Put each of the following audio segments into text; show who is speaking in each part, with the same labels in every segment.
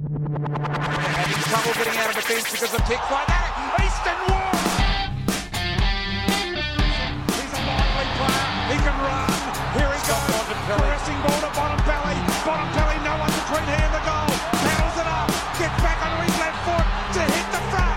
Speaker 1: Having trouble getting out of a fence because of kick by that. Easton Ward! He's a lively player. He can run. Here he goes. Pressing ball to Bontempelli. Bontempelli, no one between here and the goal. Paddles it up. Gets back onto his left foot to hit the front.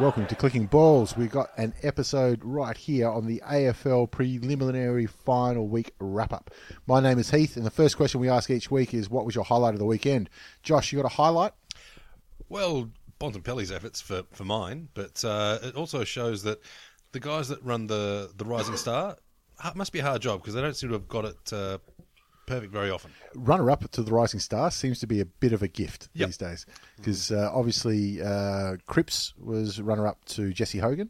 Speaker 2: Welcome to Clicking Balls. We've got an episode right here on the AFL preliminary final week wrap up. My name is Heath, and the first question we ask each week is what was your highlight of the weekend? Josh, you got a highlight?
Speaker 3: Well, Bontempelli's efforts for, for mine, but uh, it also shows that the guys that run the, the Rising Star ha- must be a hard job because they don't seem to have got it uh, perfect very often.
Speaker 2: Runner up to the Rising Star seems to be a bit of a gift
Speaker 3: Yep.
Speaker 2: these days because uh, obviously uh, Cripps was runner up to Jesse Hogan.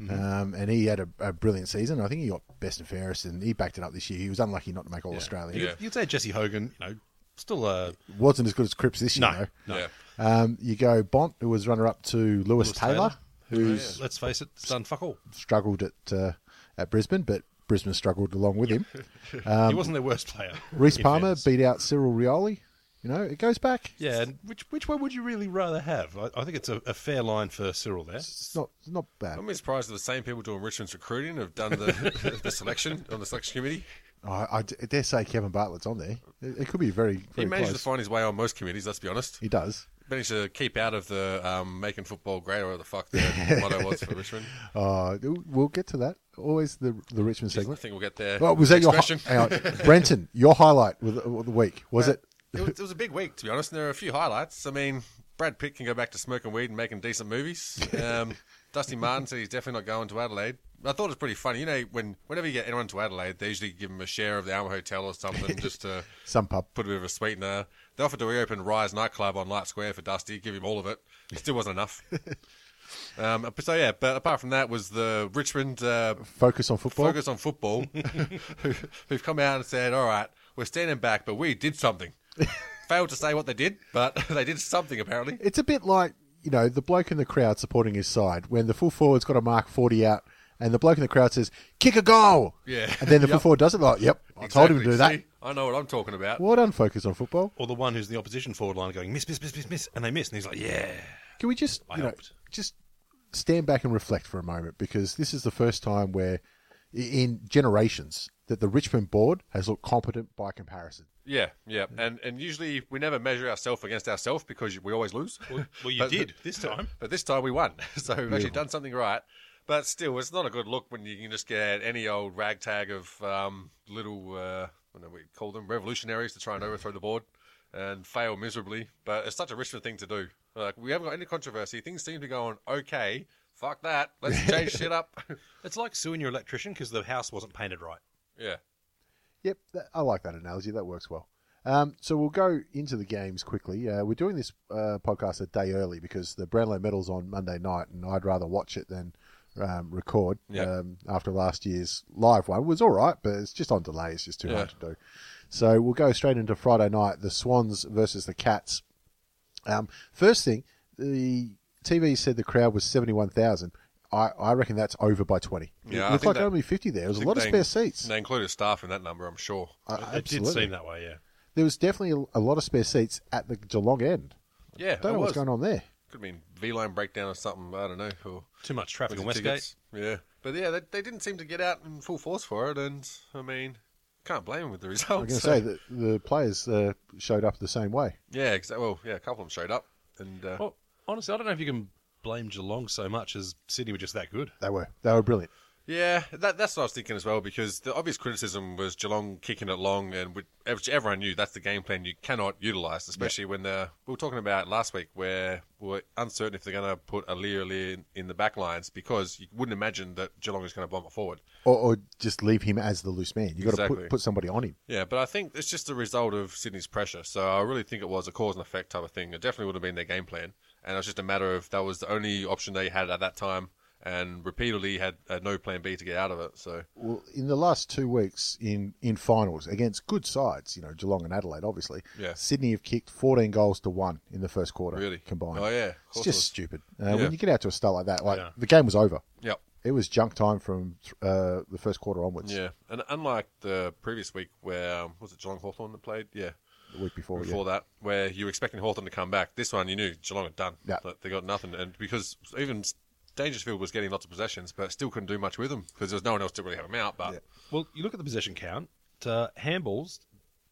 Speaker 3: Mm-hmm.
Speaker 2: Um, and he had a, a brilliant season. I think he got best and fairest, and he backed it up this year. He was unlucky not to make All Australia.
Speaker 3: You could- You'd say Jesse Hogan, you know, still uh,
Speaker 2: Wasn't as good as Cripps this year,
Speaker 3: No.
Speaker 2: though.
Speaker 4: Yeah.
Speaker 2: Um, you go Bont, who was runner-up to Lewis, Taylor, who's
Speaker 3: let's face it, has done fuck all.
Speaker 2: struggled at uh, at Brisbane, but Brisbane struggled along with him.
Speaker 3: he wasn't their worst player.
Speaker 2: Reese
Speaker 3: in
Speaker 2: Um, Palmer
Speaker 3: fairness.
Speaker 2: beat out Cyril Rioli. You know, it goes back.
Speaker 3: yeah, and which which one would you really rather have? I, I think it's a, a fair line for Cyril there.
Speaker 2: It's not it's not bad.
Speaker 4: I'm really surprised that the same people doing Richmond's recruiting have done the, the selection on the selection committee.
Speaker 2: I, I d- I dare say Kevin Bartlett's on there. It, it could be very,
Speaker 4: He
Speaker 2: very
Speaker 4: managed
Speaker 2: close.
Speaker 4: to find his way on most committees, let's be honest.
Speaker 2: he does.
Speaker 4: Managed to keep out of the um, making football great or whatever the fuck the motto was for Richmond.
Speaker 2: Uh, we'll get to that. Always the the Richmond
Speaker 4: I
Speaker 2: segment.
Speaker 4: think we'll get there.
Speaker 2: Oh, was that
Speaker 4: Next
Speaker 2: your hi-
Speaker 4: question?
Speaker 2: hang on. Brenton? Your highlight of the, of the week was it?
Speaker 4: it, was, it was a big week, to be honest. And there are a few highlights. I mean, Brad Pitt can go back to smoking weed and making decent movies. Um, Dusty Martin said he's definitely not going to Adelaide. I thought it was pretty funny. You know, when whenever you get anyone to Adelaide, they usually give them a share of the Alma Hotel or something just to
Speaker 2: Some pub.
Speaker 4: put a bit of a sweetener. They offered to reopen Rise nightclub on Light Square for Dusty, give him all of it. It still wasn't enough. um, so, yeah, but apart from that was the Richmond uh,
Speaker 2: Focus on football.
Speaker 4: focus on football who, who've come out and said, all right, we're standing back, but we did something. Failed to say what they did, but they did something apparently.
Speaker 2: it's a bit like you know the bloke in the crowd supporting his side when the full forward's got a mark 40 out and the bloke in the crowd says kick a goal
Speaker 4: Yeah.
Speaker 2: and then the full forward does it like yep i told him to
Speaker 4: Exactly.
Speaker 2: do that
Speaker 4: See? I know what I'm talking about.
Speaker 2: well done focus on football
Speaker 3: Or the one who's in the opposition forward line going miss, miss, miss, miss, miss, and they miss, and he's like, yeah.
Speaker 2: can we just you know
Speaker 3: helped.
Speaker 2: just stand back and reflect for a moment because this is the first time where i- in generations that the richmond board has looked competent by comparison
Speaker 4: Yeah, yeah. And and usually we never measure ourselves against ourselves because we always lose.
Speaker 3: Well, you
Speaker 4: But-
Speaker 3: did this time.
Speaker 4: But this time we won, so we've actually done something right. But still, it's not a good look when you can just get any old ragtag of um, little, uh, what do we call them, revolutionaries to try and overthrow the board and fail miserably. But it's such a Richmond thing to do. Like we haven't got any controversy. Things seem to go on okay. Fuck that. Let's change shit up.
Speaker 3: It's like suing your electrician because the house wasn't painted right.
Speaker 4: yeah.
Speaker 2: Yep, that, I like that analogy. That works well. Um, so we'll go into the games quickly. Uh, we're doing this uh, podcast a day early because the Brownlow Medal's on Monday night, and I'd rather watch it than um, record.
Speaker 4: Yep.
Speaker 2: Um, after last year's live one it was all right, but it's just on delay. It's just too hard to do. So we'll go straight into Friday night: the Swans versus the Cats. Um, first thing, the TV said the crowd was seventy-one thousand. I, I reckon that's over by twenty.
Speaker 4: Yeah,
Speaker 2: it
Speaker 4: I
Speaker 2: looked
Speaker 4: think
Speaker 2: like
Speaker 4: that-
Speaker 2: only fifty there. There was a
Speaker 4: think
Speaker 2: lot of
Speaker 4: they-
Speaker 2: spare seats.
Speaker 4: They included staff in that number, I'm sure.
Speaker 2: I-
Speaker 3: It did
Speaker 2: absolutely
Speaker 3: seem that way, yeah.
Speaker 2: there was definitely a, a lot of spare seats at the Geelong end.
Speaker 4: Yeah,
Speaker 2: Don't
Speaker 4: it
Speaker 2: know what's
Speaker 4: was.
Speaker 2: going on there.
Speaker 4: Could mean V line breakdown or something. I don't know. Or
Speaker 3: Too much traffic on
Speaker 4: Was it
Speaker 3: Westgate.
Speaker 4: tickets? Yeah, but yeah, they, they didn't seem to get out in full force for it, and I mean, can't blame them with the results.
Speaker 2: I'm going to say that the players uh, showed up the same way.
Speaker 4: yeah, exactly. Well, yeah, a couple of them showed up, and uh,
Speaker 3: Well, honestly, I don't know if you can blame Geelong so much as Sydney were just that good.
Speaker 2: They were they were brilliant.
Speaker 4: Yeah, that, that's what I was thinking as well because the obvious criticism was Geelong kicking it long, and we, which everyone knew that's the game plan you cannot utilise, especially when the, we were talking about last week where we were uncertain if they're going to put Alir Alir in, in the back lines because you wouldn't imagine that Geelong is going to bomb it forward.
Speaker 2: Or, or just leave him as the loose man. You've got to
Speaker 4: Exactly.
Speaker 2: put, put somebody on him.
Speaker 4: Yeah, but I think it's just the result of Sydney's pressure. So I really think it was a cause and effect type of thing. It definitely would have been their game plan, and it was just a matter of that was the only option they had at that time, and repeatedly had uh, no plan B to get out of it. So
Speaker 2: Well, in the last two weeks in, in finals against good sides, you know, Geelong and Adelaide, obviously,
Speaker 4: Yeah.
Speaker 2: Sydney have kicked 14 goals to one in the first quarter
Speaker 4: Really?
Speaker 2: combined.
Speaker 4: Oh, yeah. Of
Speaker 2: It's
Speaker 4: course
Speaker 2: just
Speaker 4: it was.
Speaker 2: stupid. Uh,
Speaker 4: Yeah.
Speaker 2: When you get out to a start like that, like
Speaker 3: Yeah.
Speaker 2: the game was over.
Speaker 4: yep.
Speaker 2: It was junk time from uh, the first quarter onwards
Speaker 4: Yeah, and unlike the previous week where um, was it Geelong Hawthorn that played? Yeah,
Speaker 2: the week before.
Speaker 4: before that, where you were expecting Hawthorn to come back. This one you knew Geelong had done.
Speaker 2: Yeah.
Speaker 4: Like, they got nothing, and because even Dangerfield was getting lots of possessions, but still couldn't do much with them because there was no one else to really help him out. But
Speaker 3: Well, you look at the possession count. Uh, handballs,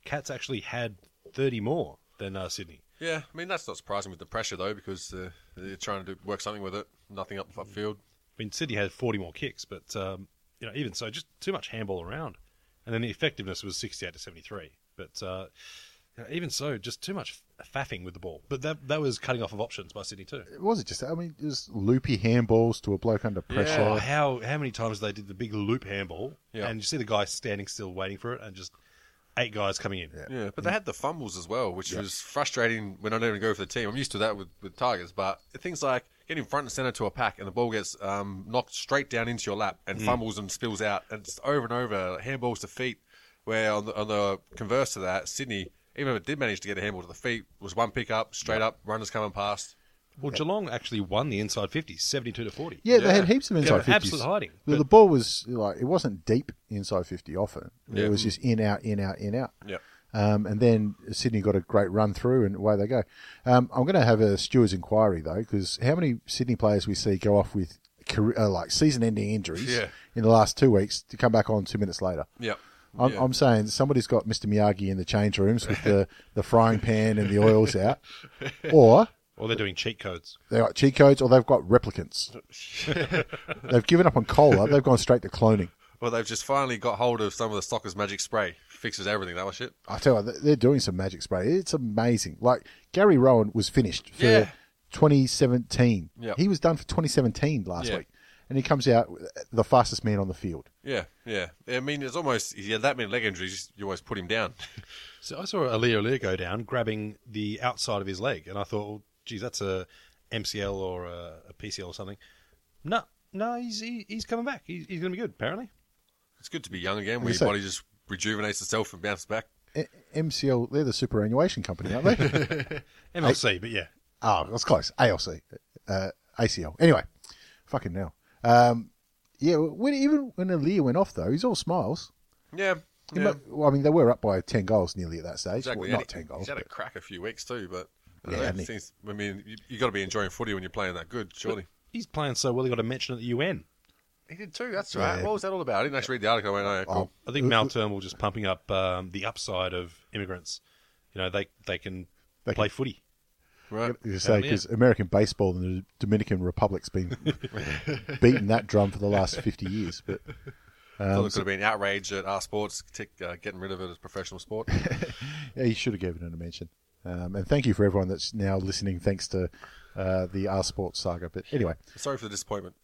Speaker 3: Cats actually had 30 more than uh, Sydney.
Speaker 4: Yeah, I mean that's not surprising with the pressure though, because uh, they're trying to do, work something with it. Nothing up upfield.
Speaker 3: I mean, Sydney had 40 more kicks, but um, you know, even so, just too much handball around. And then the effectiveness was 68 to 73. But uh, you know, even so, just too much f- faffing with the ball. But that that was cutting off of options by Sydney too.
Speaker 2: It wasn't just that. I mean, it was loopy handballs to a bloke under pressure.
Speaker 3: Oh, how how many times they did the big loop handball,
Speaker 4: Yeah.
Speaker 3: and you see the guy standing still waiting for it, and just eight guys coming in.
Speaker 4: Yeah, but they had the fumbles as well, which was frustrating when I don't even go for the team. I'm used to that with, with Tigers, but things like getting front and center to a pack and the ball gets um, knocked straight down into your lap and fumbles and spills out, and it's over and over handballs to feet. Where on the, on the converse to that, Sydney, even if it did manage to get a handball to the feet, was one pick up, straight up, runners coming past.
Speaker 3: Well, Geelong actually won the inside 50, 72 to 40.
Speaker 2: Yeah, they
Speaker 4: Yeah.
Speaker 2: had heaps of inside
Speaker 3: Yeah,
Speaker 2: 50s.
Speaker 3: absolute hiding,
Speaker 2: The, the
Speaker 3: but-
Speaker 2: ball was like it wasn't deep inside 50 often.
Speaker 4: Yeah.
Speaker 2: It was just in out in out in out.
Speaker 4: Yeah.
Speaker 2: Um, and then Sydney got a great run through, and away they go. Um, I'm going to have a Stewart's inquiry though, because how many Sydney players we see go off with career, uh, like season-ending injuries
Speaker 4: Yeah.
Speaker 2: in the last two weeks to come back on two minutes later?
Speaker 4: Yep.
Speaker 2: I'm,
Speaker 4: Yeah.
Speaker 2: I'm saying somebody's got Mr. Miyagi in the change rooms with the, the frying pan and the oils out, or
Speaker 3: Or they're doing cheat codes.
Speaker 2: They've got cheat codes or they've got replicants. they've given up on cola. They've gone straight to cloning.
Speaker 4: Well, they've just finally got hold of some of the Soccer's magic spray. Fixes everything, that was shit.
Speaker 2: I tell you, what, they're doing some magic spray. It's amazing. Like Gary Rowan was finished for
Speaker 4: Yeah.
Speaker 2: 2017.
Speaker 4: Yep.
Speaker 2: He was done for 2017 last
Speaker 4: Yeah.
Speaker 2: week. And he comes out uh, the fastest man on the field.
Speaker 4: Yeah, yeah. I mean, it's almost he had that many leg injuries. You almost put him down.
Speaker 3: So I saw Alia Alia go down, grabbing the outside of his leg, and I thought, well, geez, that's a MCL or a, a PCL or something. No, no, he's he, he's coming back. He's, he's going to be good, apparently.
Speaker 4: It's good to be young again, where
Speaker 2: Yes,
Speaker 4: your
Speaker 2: sir.
Speaker 4: body just rejuvenates itself and bounces back.
Speaker 2: E- MCL, they're the superannuation company, aren't they?
Speaker 3: MLC, but yeah,
Speaker 2: oh, that's close. ALC, uh, ACL. Anyway, fucking now. Um, yeah, when, even when Aaliyah went off, though, he's all smiles.
Speaker 4: Yeah,
Speaker 2: He
Speaker 4: yeah,
Speaker 2: mu- well, I mean, they were up by 10 goals nearly at that stage.
Speaker 4: exactly.
Speaker 2: Well,
Speaker 4: And
Speaker 2: not
Speaker 4: he-
Speaker 2: 10 goals.
Speaker 4: He's had a
Speaker 2: but-
Speaker 4: crack a few weeks too, but
Speaker 2: Yeah,
Speaker 4: I, don't know,
Speaker 2: hadn't he?
Speaker 4: since- I mean, you, you got to be enjoying footy when you're playing that good, surely.
Speaker 3: he's playing so well. He got a mention at the UN.
Speaker 4: He did too. That's right. What was that all about? I didn't actually read the article. I went, oh, cool.
Speaker 3: I
Speaker 2: Uh,
Speaker 3: think Mal Turnbull just pumping up um, the upside of immigrants. You know, they they can
Speaker 2: They
Speaker 3: play footy.
Speaker 4: right.
Speaker 2: You say
Speaker 3: yeah.
Speaker 2: because American baseball in the Dominican Republic's been beating that drum for the last 50 years. But
Speaker 4: Thought it could have been outrage at our sports tick, uh, getting rid of it as professional sport.
Speaker 2: yeah, you should have given it a mention. Um, and thank you for everyone that's now listening, thanks to uh, the R Sports saga. But anyway,
Speaker 4: Sorry for the disappointment.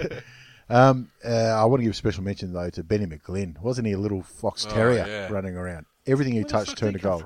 Speaker 2: uh, I want to give a special mention, though, to Benny McGlynn. Wasn't he a little fox
Speaker 4: Oh,
Speaker 2: terrier
Speaker 4: yeah.
Speaker 2: running around? Everything he touched turned to gold.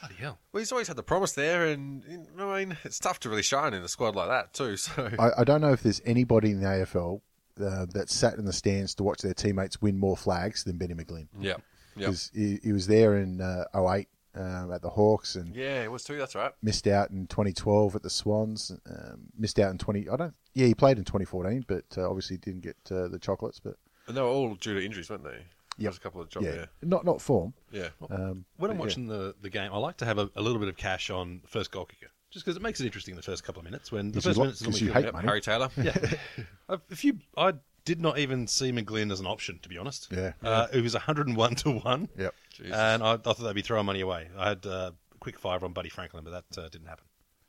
Speaker 3: Bloody hell!
Speaker 4: Well, he's always had the promise there, and you know, I mean, it's tough to really shine in a squad like that too. So
Speaker 2: I, I don't know if there's anybody in the AFL uh, that sat in the stands to watch their teammates win more flags than Benny McGlynn.
Speaker 4: yeah, yeah,
Speaker 2: because he, he was there in uh, 08 um, at the Hawks and
Speaker 4: yeah, it was too. That's right.
Speaker 2: missed out in 2012 at the Swans. Um, missed out in 20. I don't. Yeah, he played in 2014, but uh, obviously didn't get uh, the chocolates. But
Speaker 4: And they were all due to injuries, weren't they?
Speaker 2: Yeah.
Speaker 4: There was a couple of jobs.
Speaker 2: yeah,
Speaker 4: Yeah,
Speaker 2: not not form.
Speaker 4: yeah.
Speaker 2: Um,
Speaker 3: When I'm watching the, the game, I like to have a, a little bit of cash on the first goal kicker, just because it makes it interesting the first couple of minutes. When the
Speaker 2: Because you
Speaker 3: first
Speaker 2: lo-
Speaker 3: minutes is
Speaker 2: because
Speaker 3: normally
Speaker 2: you
Speaker 3: filled
Speaker 2: hate
Speaker 4: Yep,
Speaker 2: money.
Speaker 4: Harry Taylor. Yeah,
Speaker 3: I- If you, I did not even see McGlynn as an option, to be honest.
Speaker 2: Yeah.
Speaker 3: Uh, it was 101 to 1.
Speaker 2: Yep.
Speaker 4: Jesus.
Speaker 3: And I, I thought they'd be throwing money away. I had uh, a quick five on Buddy Franklin, but that uh, didn't happen.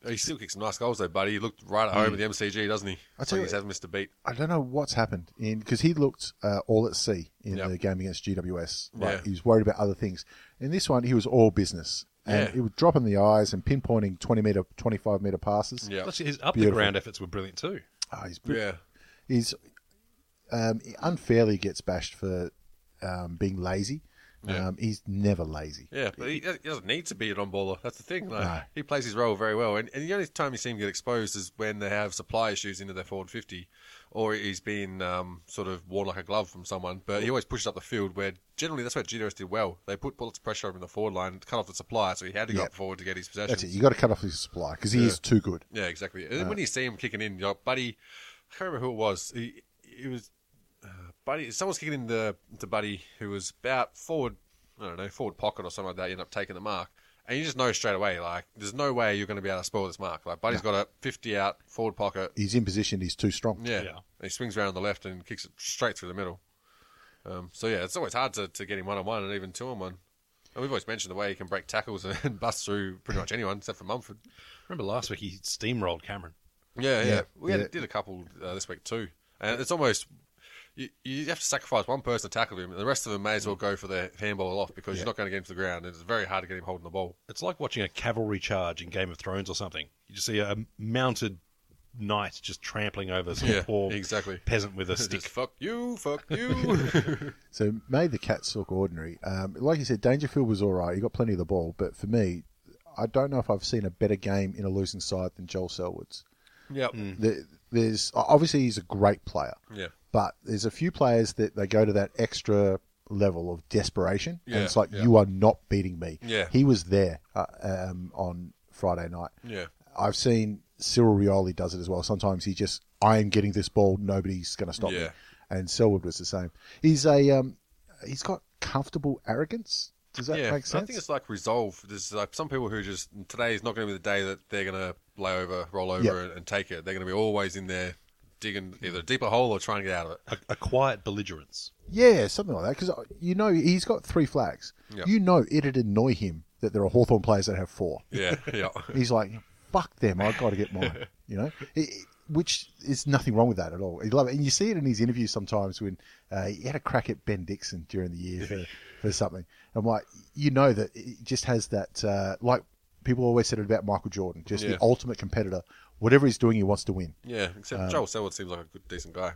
Speaker 4: He still kicked some nice goals though, buddy. He looked right at home at the MCG, doesn't he?
Speaker 2: I tell you
Speaker 4: he's
Speaker 2: what-
Speaker 4: hasn't missed a beat.
Speaker 2: I don't know what's happened in because he looked uh, all at sea in
Speaker 4: Yep.
Speaker 2: the game against GWS. Like,
Speaker 4: Yeah.
Speaker 2: He was worried about other things. In this one, he was all business, and
Speaker 4: Yeah.
Speaker 2: he was dropping the eyes and pinpointing twenty meter, twenty five meter passes.
Speaker 4: Yeah,
Speaker 3: Plus, his up
Speaker 2: Beautiful.
Speaker 3: the ground efforts were brilliant too.
Speaker 2: Ah, he's br-
Speaker 4: yeah,
Speaker 2: he's um, he unfairly gets bashed for um, being lazy. Um, he's never lazy.
Speaker 4: yeah. But he, he doesn't need to be an on baller. That's the thing. Like,
Speaker 2: No.
Speaker 4: He plays his role very well, and, and the only time you see him get exposed is when they have supply issues into their forward fifty, or he's been um, sort of worn like a glove from someone. But he always pushes up the field, where generally that's where GDOS did well. They put bullets of pressure on him in the forward line, cut off the supply, so he had to go
Speaker 2: Yeah.
Speaker 4: up forward to get his possession.
Speaker 2: That's it. You got to cut off his supply because he is too good.
Speaker 4: Yeah, exactly. And then when you see him kicking in, your buddy, I can't remember who it was. He, it was uh, buddy. Someone's kicking in the to buddy who was about forward. I don't know, forward pocket or something like that. You end up taking the mark, and you just know straight away. Like, there's no way you're going to be able to spoil this mark. Like, buddy's got a 50 out forward pocket.
Speaker 2: He's in position. He's too strong.
Speaker 4: Yeah,
Speaker 3: Yeah.
Speaker 4: And he swings around the left and kicks it straight through the middle. Um, so yeah, it's always hard to, to get him one on one and even two on one. And we've always mentioned the way he can break tackles and bust through pretty much anyone except for Mumford.
Speaker 3: Remember last week he steamrolled Cameron.
Speaker 4: Yeah, yeah.
Speaker 2: Yeah,
Speaker 4: We had,
Speaker 2: yeah.
Speaker 4: did a couple uh, this week too, and it's almost you, you have to sacrifice one person to tackle him, and the rest of them may as
Speaker 2: Mm.
Speaker 4: well go for their handball off because you're not going to get him to the ground, and it's very hard to get him holding the ball.
Speaker 3: It's like watching a cavalry charge in Game of Thrones or something. You just see a mounted knight just trampling over some
Speaker 4: Yeah,
Speaker 3: poor
Speaker 4: exactly.
Speaker 3: peasant with a
Speaker 4: It's
Speaker 3: stick.
Speaker 4: Just fuck you, fuck you.
Speaker 2: So made the Cats look ordinary. Um, like you said, Dangerfield was all right. He got plenty of the ball, but for me, I don't know if I've seen a better game in a losing side than Joel Selwood's.
Speaker 4: yep.
Speaker 2: There, there's obviously he's a great player,
Speaker 4: Yeah.
Speaker 2: but there's a few players that they go to that extra level of desperation,
Speaker 4: Yeah,
Speaker 2: and it's like
Speaker 4: yeah.
Speaker 2: you are not beating me.
Speaker 4: Yeah.
Speaker 2: he was there uh, um, on Friday night.
Speaker 4: Yeah.
Speaker 2: I've seen Cyril Rioli does it as well. Sometimes he just, I am getting this ball, nobody's going to stop me.
Speaker 4: Yeah.
Speaker 2: And Selwood was the same. He's a, um, he's got comfortable arrogance. Does that
Speaker 4: yeah,
Speaker 2: make sense?
Speaker 4: I think it's like resolve. There's like some people who just today is not going to be the day that they're going to lay over, roll over,
Speaker 2: Yeah.
Speaker 4: and, and take it. They're going to be always in there digging either a deeper hole or trying to get out of it.
Speaker 3: A, a quiet belligerence.
Speaker 2: yeah, something like that. Because you know he's got three flags.
Speaker 4: Yeah.
Speaker 2: You know it'd annoy him that there are Hawthorn players that have four.
Speaker 4: Yeah, yeah,
Speaker 2: He's like, fuck them, I've got to get mine. You know, It- it- which is nothing wrong with that at all. You love it, and you see it in his interviews sometimes when uh, he had a crack at Ben Dixon during the year for, for something. I'm like, you know that it just has that uh, like people always said it about Michael Jordan, just
Speaker 4: Yeah.
Speaker 2: the ultimate competitor. Whatever he's doing, he wants to win.
Speaker 4: yeah. Except
Speaker 2: Um,
Speaker 4: Joel Selwood seems like a good, decent guy.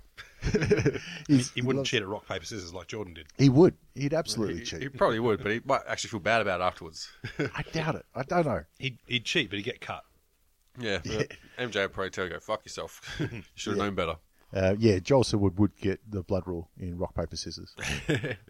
Speaker 2: He's,
Speaker 3: He wouldn't cheat at rock paper scissors like Jordan did.
Speaker 2: He would. He'd absolutely
Speaker 4: He,
Speaker 2: cheat.
Speaker 4: he probably would, but he might actually feel bad about it afterwards.
Speaker 2: I doubt it. I don't know.
Speaker 3: He'd, he'd cheat, but he'd get cut.
Speaker 4: yeah, MJ would probably tell you, go fuck yourself. you should have known better.
Speaker 2: Uh, yeah, Joel Seward would get the blood rule in rock paper scissors,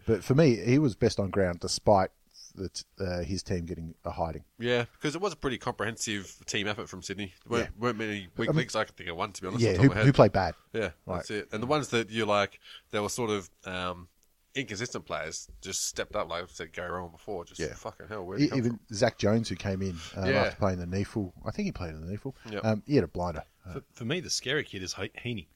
Speaker 2: but for me, he was best on ground despite the t- uh, his team getting a hiding.
Speaker 4: Yeah, because it was a pretty comprehensive team effort from Sydney. There weren't, weren't many weak links I could think of one, to be honest.
Speaker 2: yeah,
Speaker 4: off the
Speaker 2: who,
Speaker 4: top of my head.
Speaker 2: who played bad?
Speaker 4: Yeah,
Speaker 2: Right.
Speaker 4: that's it. And the ones that you like, they were sort of um, inconsistent players, just stepped up, like I said, Gary Rowan before. Just
Speaker 2: Yeah.
Speaker 4: fucking hell, where
Speaker 2: E-
Speaker 4: did he come
Speaker 2: Even Zach Jones, who came in um,
Speaker 4: Yeah.
Speaker 2: after playing the kneeful, I think he played in the kneeful.
Speaker 4: Yep.
Speaker 2: Um, he had a blinder.
Speaker 3: For, for me, the scary kid is He- Heaney.
Speaker 2: E-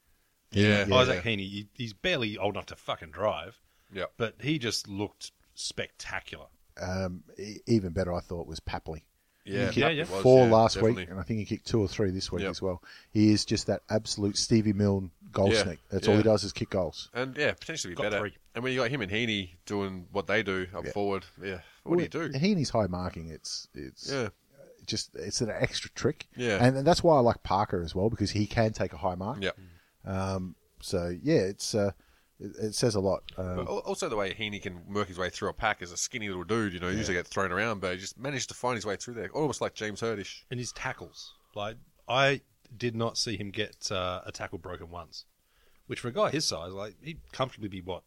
Speaker 4: from? Yeah, yeah.
Speaker 3: Isaac Heaney, he, he's barely old enough to fucking drive,
Speaker 4: yeah.
Speaker 3: but he just looked spectacular.
Speaker 2: Um, e- even better, I thought, was Papley.
Speaker 4: Yeah,
Speaker 3: Yeah, yeah.
Speaker 4: it was,
Speaker 2: Four
Speaker 4: yeah,
Speaker 2: last
Speaker 4: definitely.
Speaker 2: week, and I think he kicked two or three this week
Speaker 4: Yep.
Speaker 2: as well. He is just that absolute Stevie Milne goal
Speaker 4: Yeah,
Speaker 2: sneak. That's
Speaker 4: yeah.
Speaker 2: all he does is kick goals.
Speaker 4: And yeah, potentially be
Speaker 3: Got
Speaker 4: better.
Speaker 3: three.
Speaker 4: And when you got him and Heaney doing what they do up forward, yeah, what do you do?
Speaker 2: He and his high marking, it's it's
Speaker 4: Yeah.
Speaker 2: just it's an extra trick.
Speaker 4: Yeah.
Speaker 2: and, and that's why I like Parker as well because he can take a high mark.
Speaker 4: Yeah.
Speaker 2: So yeah, it's uh, it, it says a lot. Um,
Speaker 4: But al- also, the way Heaney can work his way through a pack as a skinny little dude, you know, usually get thrown around, but he just managed to find his way through there, almost like James Hurdish.
Speaker 3: And his tackles, like I did not see him get uh, a tackle broken once, which for a guy his size, like he'd comfortably be what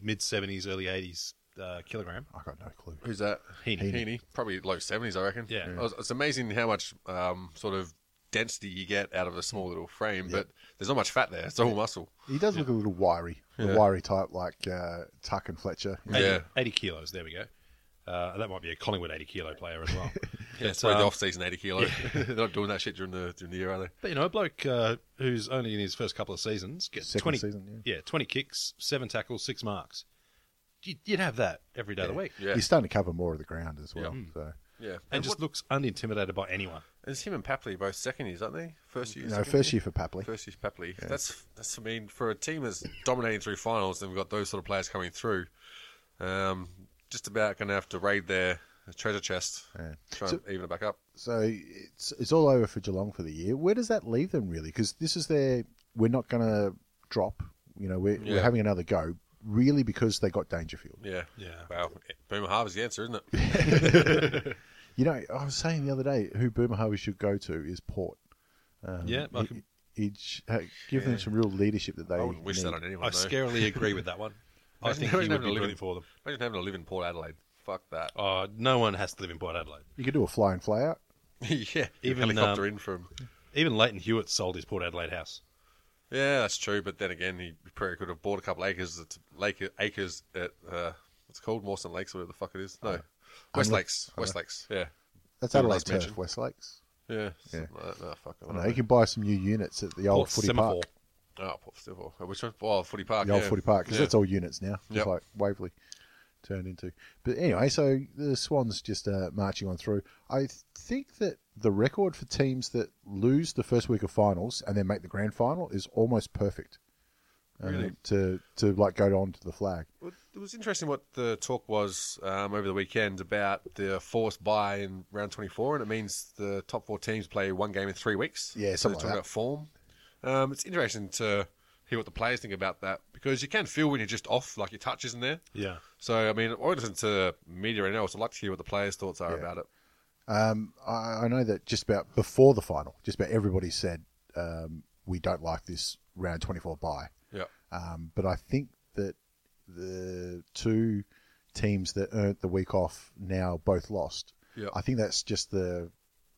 Speaker 3: mid seventies, early eighties uh, kilogram.
Speaker 2: I got no clue.
Speaker 4: Who's that?
Speaker 3: Heaney.
Speaker 4: Heaney. Probably low 70s, I reckon.
Speaker 3: Yeah.
Speaker 4: It was- It's amazing how much um, sort of density you get out of a small little frame, but there's not much fat there. It's all muscle.
Speaker 2: He does look a little wiry, a wiry type like uh, Tuck and Fletcher. You know,
Speaker 3: 80,
Speaker 4: Yeah.
Speaker 3: 80 kilos. There we go. Uh, that might be a Collingwood eighty kilo player as well.
Speaker 4: Yeah, it's
Speaker 3: um,
Speaker 4: probably the off season, 80 kilo. They're not doing that shit during the, during the year, are they?
Speaker 3: But you know, a bloke uh, who's only in his first couple of seasons gets
Speaker 2: Second
Speaker 3: twenty.
Speaker 2: season,
Speaker 3: yeah. twenty kicks, seven tackles, six marks. You'd, you'd have that every day of the week.
Speaker 4: Yeah.
Speaker 2: He's starting to cover more of the ground as well. So
Speaker 4: Yeah.
Speaker 3: and, just looks unintimidated by anyone.
Speaker 4: It's him and Papley both second years, aren't they? First year.
Speaker 2: You know,
Speaker 4: second
Speaker 2: first year for Papley.
Speaker 4: First year's Papley. That's that's I mean for a team that's dominating through finals, then we've got those sort of players coming through. Um, just about going to have to raid their treasure chest,
Speaker 2: Yeah.
Speaker 4: try and even it back up.
Speaker 2: So it's it's all over for Geelong for the year. Where does that leave them really? Because this is their we're not going to drop. You know, we're, we're
Speaker 4: Yeah.
Speaker 2: having another go. Really, because they got Dangerfield.
Speaker 4: Yeah,
Speaker 3: Yeah.
Speaker 4: Well, Boomer Harvey's the answer, isn't it?
Speaker 2: You know, I was saying the other day who Boomer Harvey should go to is Port. Um,
Speaker 3: yeah, I, can,
Speaker 2: He'd sh- uh, give them some real leadership that they.
Speaker 4: I wouldn't wish
Speaker 2: need.
Speaker 4: that on anyone.
Speaker 3: I
Speaker 4: though.
Speaker 3: scarily agree with that one. I
Speaker 4: Imagine
Speaker 3: think he
Speaker 4: having
Speaker 3: would be
Speaker 4: to live
Speaker 3: brilliant
Speaker 4: in-
Speaker 3: for them.
Speaker 4: Imagine having to live in Port Adelaide. Fuck that.
Speaker 3: Uh, no one has to live in Port Adelaide.
Speaker 2: You could do a fly in, fly out.
Speaker 4: yeah,
Speaker 3: Even,
Speaker 4: even helicopter
Speaker 3: um,
Speaker 4: in from.
Speaker 3: Even Leighton Hewitt sold his Port Adelaide house.
Speaker 4: Yeah, that's true. But then again, he probably could have bought a couple acres at lake acres at uh, what's it called Mawson Lakes, whatever the fuck it is. No, West
Speaker 2: not-
Speaker 4: Lakes. West Lakes. Yeah,
Speaker 2: That's
Speaker 4: Yeah,
Speaker 2: Adelaide
Speaker 4: nice
Speaker 2: Turf,
Speaker 4: mention.
Speaker 2: West Lakes.
Speaker 4: yeah.
Speaker 2: Yeah.
Speaker 4: something like that. No, fuck. I
Speaker 2: I
Speaker 4: don't
Speaker 2: don't know,
Speaker 4: know.
Speaker 2: you can buy some new units at the old
Speaker 3: Port
Speaker 2: footy
Speaker 3: Semaphore.
Speaker 2: park.
Speaker 4: Oh, Port Stiffle. Uh, Which one? Oh, Footy Park.
Speaker 2: The old
Speaker 4: yeah.
Speaker 2: footy park because
Speaker 4: Yeah.
Speaker 2: that's all units now. Just
Speaker 4: Yep.
Speaker 2: like Waverley turned into. But anyway, so the Swans just uh, marching on through. I think that the record for teams that lose the first week of finals and then make the grand final is almost perfect. uh,
Speaker 4: Really?
Speaker 2: to to like go on to the flag.
Speaker 4: Well, It was interesting what the talk was um, over the weekend about the forced buy in round 24, and it means the top four teams play one game in three weeks.
Speaker 2: Yeah,
Speaker 4: so
Speaker 2: something
Speaker 4: they're
Speaker 2: like
Speaker 4: talking
Speaker 2: that.
Speaker 4: about form. Um, it's interesting to hear what the players think about that because you can feel when you're just off, like your touch isn't there.
Speaker 3: Yeah.
Speaker 4: So I mean, I won't listen to media and else. I'd like to hear what the players' thoughts are about it.
Speaker 2: Um, I, I know that just about before the final, just about everybody said um, we don't like this round twenty four bye.
Speaker 4: Yeah,
Speaker 2: Um, but I think that the two teams that earned the week off now both lost.
Speaker 4: Yeah.
Speaker 2: I think that's just the,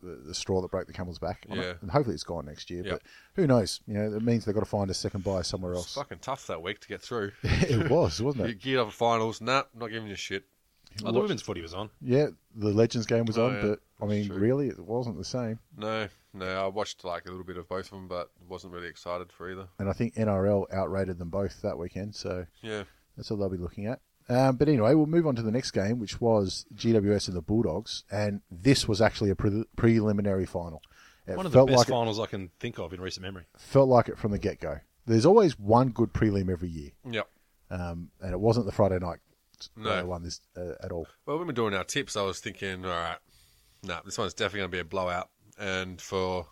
Speaker 2: the the straw that broke the camel's back.
Speaker 4: Yeah.
Speaker 2: And hopefully it's gone next year.
Speaker 4: Yeah.
Speaker 2: But who knows? You know, it means they've got to find a second buyer somewhere
Speaker 4: it's
Speaker 2: else.
Speaker 4: fucking tough that week to get through.
Speaker 2: it was, wasn't
Speaker 4: you
Speaker 2: it?
Speaker 4: geared up for finals. Nah, not giving you a shit.
Speaker 3: Oh, the women's footy was on.
Speaker 2: Yeah, the Legends game was
Speaker 4: Oh,
Speaker 2: on,
Speaker 4: yeah.
Speaker 2: but I mean,
Speaker 4: True.
Speaker 2: really, it wasn't the same.
Speaker 4: No, no. I watched like a little bit of both of them, but wasn't really excited for either.
Speaker 2: And I think NRL outrated them both that weekend. So
Speaker 4: Yeah.
Speaker 2: That's all they'll be looking at. Um, but anyway, we'll move on to the next game, which was GWS and the Bulldogs, and this was actually a pre- preliminary final. It
Speaker 3: One of the
Speaker 2: felt
Speaker 3: best
Speaker 2: like
Speaker 3: finals I can think of in recent memory.
Speaker 2: it felt like it from the get go. There's always one good prelim every year,
Speaker 4: Yep.
Speaker 2: um, and it wasn't the Friday night
Speaker 4: No.
Speaker 2: uh, one this uh, at all.
Speaker 4: Well, when we were doing our tips, I was thinking, all right, no, this one's definitely going to be a blowout. And for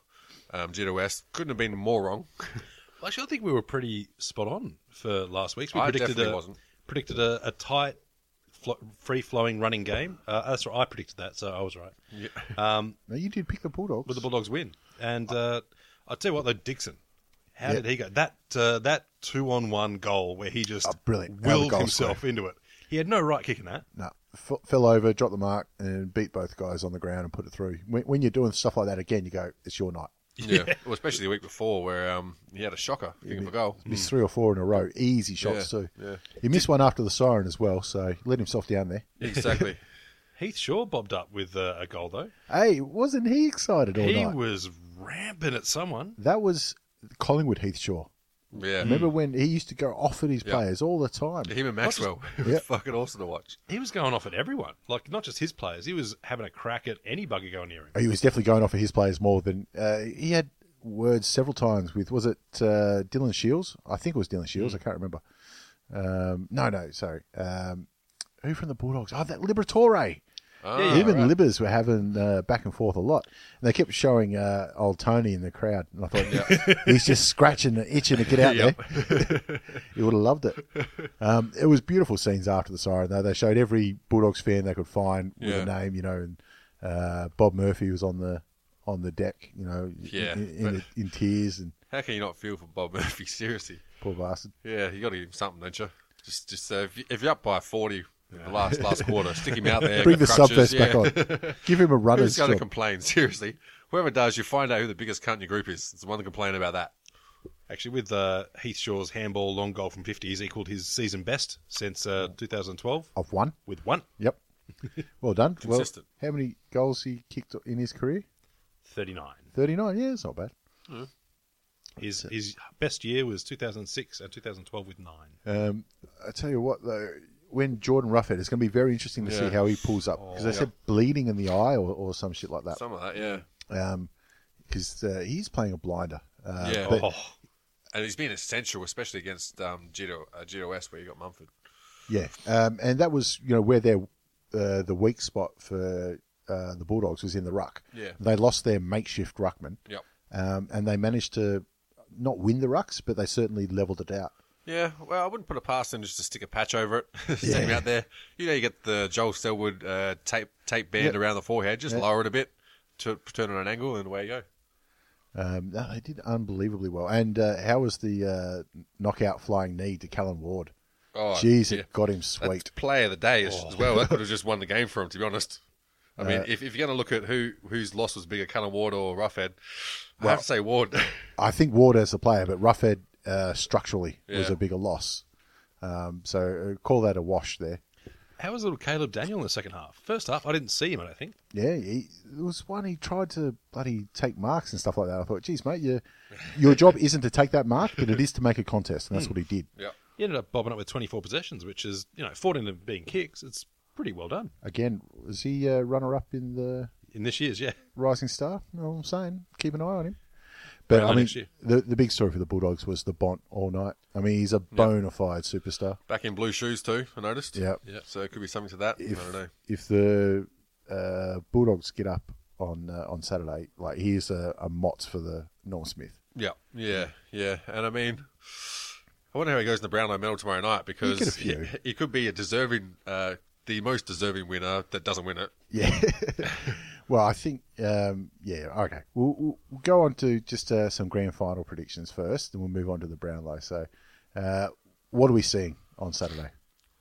Speaker 4: um, Gita West, couldn't have been more wrong.
Speaker 3: Actually, I think we were pretty spot on for last week's. We
Speaker 4: I
Speaker 3: predicted
Speaker 4: definitely
Speaker 3: a,
Speaker 4: wasn't.
Speaker 3: Predicted a, a tight, flo- free-flowing running game. Uh, that's right. I predicted that, so I was right. Um,
Speaker 2: Now you did pick the Bulldogs.
Speaker 3: but the Bulldogs win, and uh, I tell you what, though Dixon, how did he go? That uh, that two-on-one goal where he just
Speaker 2: Oh, brilliant. Out of the
Speaker 3: willed
Speaker 2: goal
Speaker 3: himself into it. He had no right kicking that.
Speaker 2: no, f- fell over, dropped the mark, and beat both guys on the ground and put it through. When, when you're doing stuff like that again, you go, "It's your night."
Speaker 4: Yeah. Well, especially the week before where um, he had a shocker, I think of a goal.
Speaker 3: Mm.
Speaker 2: Missed three or four in a row, easy shots
Speaker 4: Yeah,
Speaker 2: too.
Speaker 4: yeah.
Speaker 2: He missed one after the siren as well, so he let himself down there.
Speaker 4: Exactly.
Speaker 3: Heath Shaw bobbed up with uh, a goal though.
Speaker 2: Hey, wasn't he excited all
Speaker 3: He
Speaker 2: night?
Speaker 3: was rampant at someone.
Speaker 2: that was Collingwood Heath Shaw.
Speaker 4: Yeah.
Speaker 2: Remember when he used to go off at his
Speaker 4: Yeah.
Speaker 2: players all the time?
Speaker 4: Him and Maxwell. It was
Speaker 2: Yeah.
Speaker 4: fucking awesome to watch.
Speaker 3: He was going off at everyone, like not just his players. He was having a crack at any bugger going near him.
Speaker 2: He was definitely going off at his players more than uh, he had words several times with. Was it uh, Dylan Shields? I think it was Dylan Shields. I can't remember. Um, no, no, sorry. Um, who from the Bulldogs? Oh, that Liberatore.
Speaker 4: Ah,
Speaker 2: Him and Libbers were having uh, back and forth a lot. And they kept showing uh, old Tony in the crowd. And I thought, he's just scratching and itching to get out there. he would have loved it. Um, it was beautiful scenes after the siren, though. They showed every Bulldogs fan they could find with
Speaker 4: Yeah.
Speaker 2: a name, you know. And uh, Bob Murphy was on the on the deck, you know,
Speaker 4: Yeah,
Speaker 2: in, in,
Speaker 4: but-
Speaker 2: in tears and
Speaker 4: How can you not feel for Bob Murphy? Seriously.
Speaker 2: poor bastard.
Speaker 4: Yeah, you got to give him something, don't you? Just, just uh, if, you, if you're up by 40 in the last last quarter, stick him out there.
Speaker 2: Bring the
Speaker 4: with crutches,
Speaker 2: subvest back
Speaker 4: yeah.
Speaker 2: on. Give him a runner's
Speaker 4: Who's going to
Speaker 2: job.
Speaker 4: complain? Seriously, whoever does, you find out who the biggest cunt in your group is. It's the one to complain about that.
Speaker 3: Actually, with uh, Heath Shaw's handball long goal from 50, he's equalled his season best since uh, 2012
Speaker 2: of one.
Speaker 3: with one
Speaker 2: Yep. Well done.
Speaker 4: Consistent.
Speaker 2: Well, how many goals he kicked in his career?
Speaker 3: 39.
Speaker 2: 39. Yeah, it's not bad.
Speaker 3: His his best year was 2006 and 2012 with nine.
Speaker 2: Um, I tell you what, though, when Jordan Ruffhead. It's going to be very interesting to
Speaker 4: Yeah. Oh,
Speaker 2: see how he pulls up because they said bleeding in the eye or, or some shit like that.
Speaker 4: Some of that, yeah.
Speaker 2: Because Um, uh, he's playing a blinder. Uh,
Speaker 4: yeah.
Speaker 2: but-
Speaker 3: Oh,
Speaker 4: And he's been essential, especially against um, Gito, uh, Gito West, where you got Mumford.
Speaker 2: Yeah, um, and that was you know where their uh, the weak spot for uh, the Bulldogs was in the ruck.
Speaker 4: Yeah.
Speaker 2: they lost their makeshift ruckman.
Speaker 4: Yep.
Speaker 2: um, and they managed to not win the rucks, but they certainly leveled it out.
Speaker 4: Yeah, well, I wouldn't put it past them just to stick a patch over it. Stick him out there. You know, you get the Joel Selwood uh, tape tape band
Speaker 2: Yep.
Speaker 4: around the forehead. Just
Speaker 2: Yeah.
Speaker 4: lower it a bit, to turn it on an angle, and away you go.
Speaker 2: Um, no, they did unbelievably well. And uh, how was the uh, knockout flying knee to Callan Ward?
Speaker 4: Oh,
Speaker 2: Jeez,
Speaker 4: yeah.
Speaker 2: it got him
Speaker 4: That's
Speaker 2: sweet.
Speaker 4: player of the day
Speaker 2: Oh.
Speaker 4: as, as well. That could have just won the game for him, to be honest. I
Speaker 2: Uh,
Speaker 4: mean, if, if you're going to look at who whose loss was bigger, Cullen Ward or Roughhead, I have to say Ward.
Speaker 2: I think Ward as a player, but Roughhead uh, structurally was
Speaker 4: Yeah.
Speaker 2: a bigger loss. Um, so uh, call that a wash there.
Speaker 3: how was little Caleb Daniel in the second half? First half, I didn't see him. I don't think.
Speaker 2: Yeah, he, there was one he tried to bloody take marks and stuff like that. I thought, geez, mate, your your job isn't to take that mark, but it is to make a contest, and that's what he did.
Speaker 4: yeah.
Speaker 3: He ended up bobbing up with 24 possessions, which is you know 14 of them being kicks. It's pretty well done
Speaker 2: Again, was he uh, runner up in the
Speaker 3: in this year's. Yeah,
Speaker 2: Rising Star? No, I'm saying keep an eye on him. But
Speaker 3: Right
Speaker 2: I
Speaker 3: on
Speaker 2: mean,
Speaker 3: next year.
Speaker 2: the the big story for the Bulldogs was the Bont all night. I mean, he's a bona fide superstar.
Speaker 4: Back in blue shoes too, I noticed.
Speaker 2: Yep.
Speaker 4: Yeah. So it could be something to that.
Speaker 2: If
Speaker 4: I don't know.
Speaker 2: if the uh, Bulldogs get up on uh, on Saturday, like he is a, a mott for the Norm Smith.
Speaker 4: Yeah, yeah, yeah. And I mean, I wonder how he goes in the Brownlow Medal tomorrow night because
Speaker 2: get a few.
Speaker 4: He, he could be a deserving, uh, the most deserving winner that doesn't win it.
Speaker 2: Yeah. well, I think, um, yeah, okay. We'll, we'll we'll go on to just uh, some grand final predictions first, and we'll move on to the Brownlow. So, uh, what are we seeing on Saturday?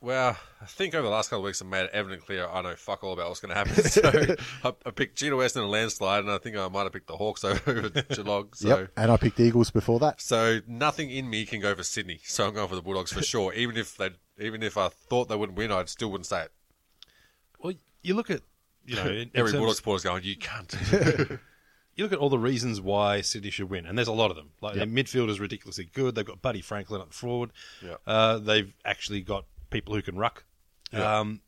Speaker 4: Well, I think over the last couple of weeks, I made it evident clear I know fuck all about what's going to happen. So I, I picked Gina West in a landslide, and I think I might have picked the Hawks over Geelong. So.
Speaker 2: Yep. And I picked the Eagles before that.
Speaker 4: So nothing in me can go for Sydney. So I'm going for the Bulldogs for sure. Even if they, even if I thought they wouldn't win, I still wouldn't say it.
Speaker 3: well, you look at you know in, in
Speaker 4: Every
Speaker 3: terms-
Speaker 4: Bulldog supporter's going, you can't.
Speaker 3: you look at all the reasons why Sydney should win, and there's a lot of them. Like their midfield is ridiculously good. They've got Buddy Franklin up forward.
Speaker 4: Yeah.
Speaker 3: Uh, they've actually got people who can ruck. Um,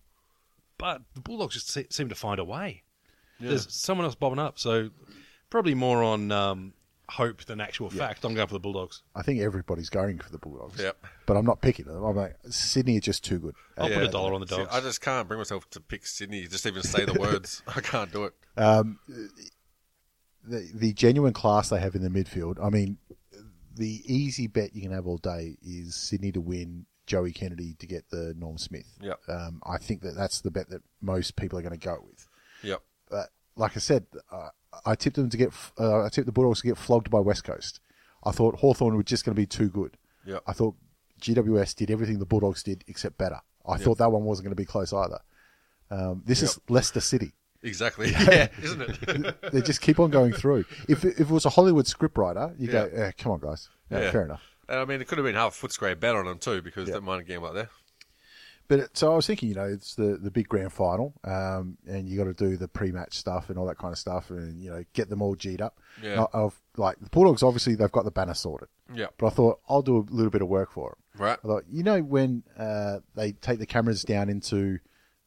Speaker 3: but the Bulldogs just se- seem to find a way. There's someone else bobbing up, so probably more on um, hope than actual fact. I'm going for the Bulldogs.
Speaker 2: I think everybody's going for the Bulldogs.
Speaker 4: Yep.
Speaker 2: But I'm not picking them. I'm like, Sydney are just too good.
Speaker 3: I'll
Speaker 4: Yeah.
Speaker 3: put a dollar on the
Speaker 4: See,
Speaker 3: dogs.
Speaker 4: I just can't bring myself to pick Sydney. Just even say the words, I can't do it.
Speaker 2: The, the genuine class they have in the midfield, I mean, the easy bet you can have all day is Sydney to win, Joey Kennedy to get the Norm Smith.
Speaker 4: Yep.
Speaker 2: Um, I think that that's the bet that most people are going to go with.
Speaker 4: Yep.
Speaker 2: but like I said, uh, I tipped them to get. Uh, I tipped the Bulldogs to get flogged by West Coast. I thought Hawthorn were just going to be too good.
Speaker 4: Yep.
Speaker 2: I thought GWS did everything the Bulldogs did except better. I thought that one wasn't going to be close either. Um, this is Leicester City.
Speaker 4: Exactly. Yeah, isn't it?
Speaker 2: They just keep on going through. If, if it was a Hollywood scriptwriter, you go, eh, come on, guys. Yeah,
Speaker 4: Yeah.
Speaker 2: Fair enough.
Speaker 4: and I mean, it could have been half a foot square bet on them too because they might have game like that.
Speaker 2: But it, so I was thinking, you know, it's the, the big grand final, um, and you got to do the pre match stuff and all that kind of stuff, and you know, get them all G'd up.
Speaker 4: Yeah.
Speaker 2: And I- I've like the Bulldogs, obviously they've got the banner sorted.
Speaker 4: Yeah.
Speaker 2: But I thought I'll do a little bit of work for them.
Speaker 4: Right.
Speaker 2: I thought, you know, when uh, they take the cameras down into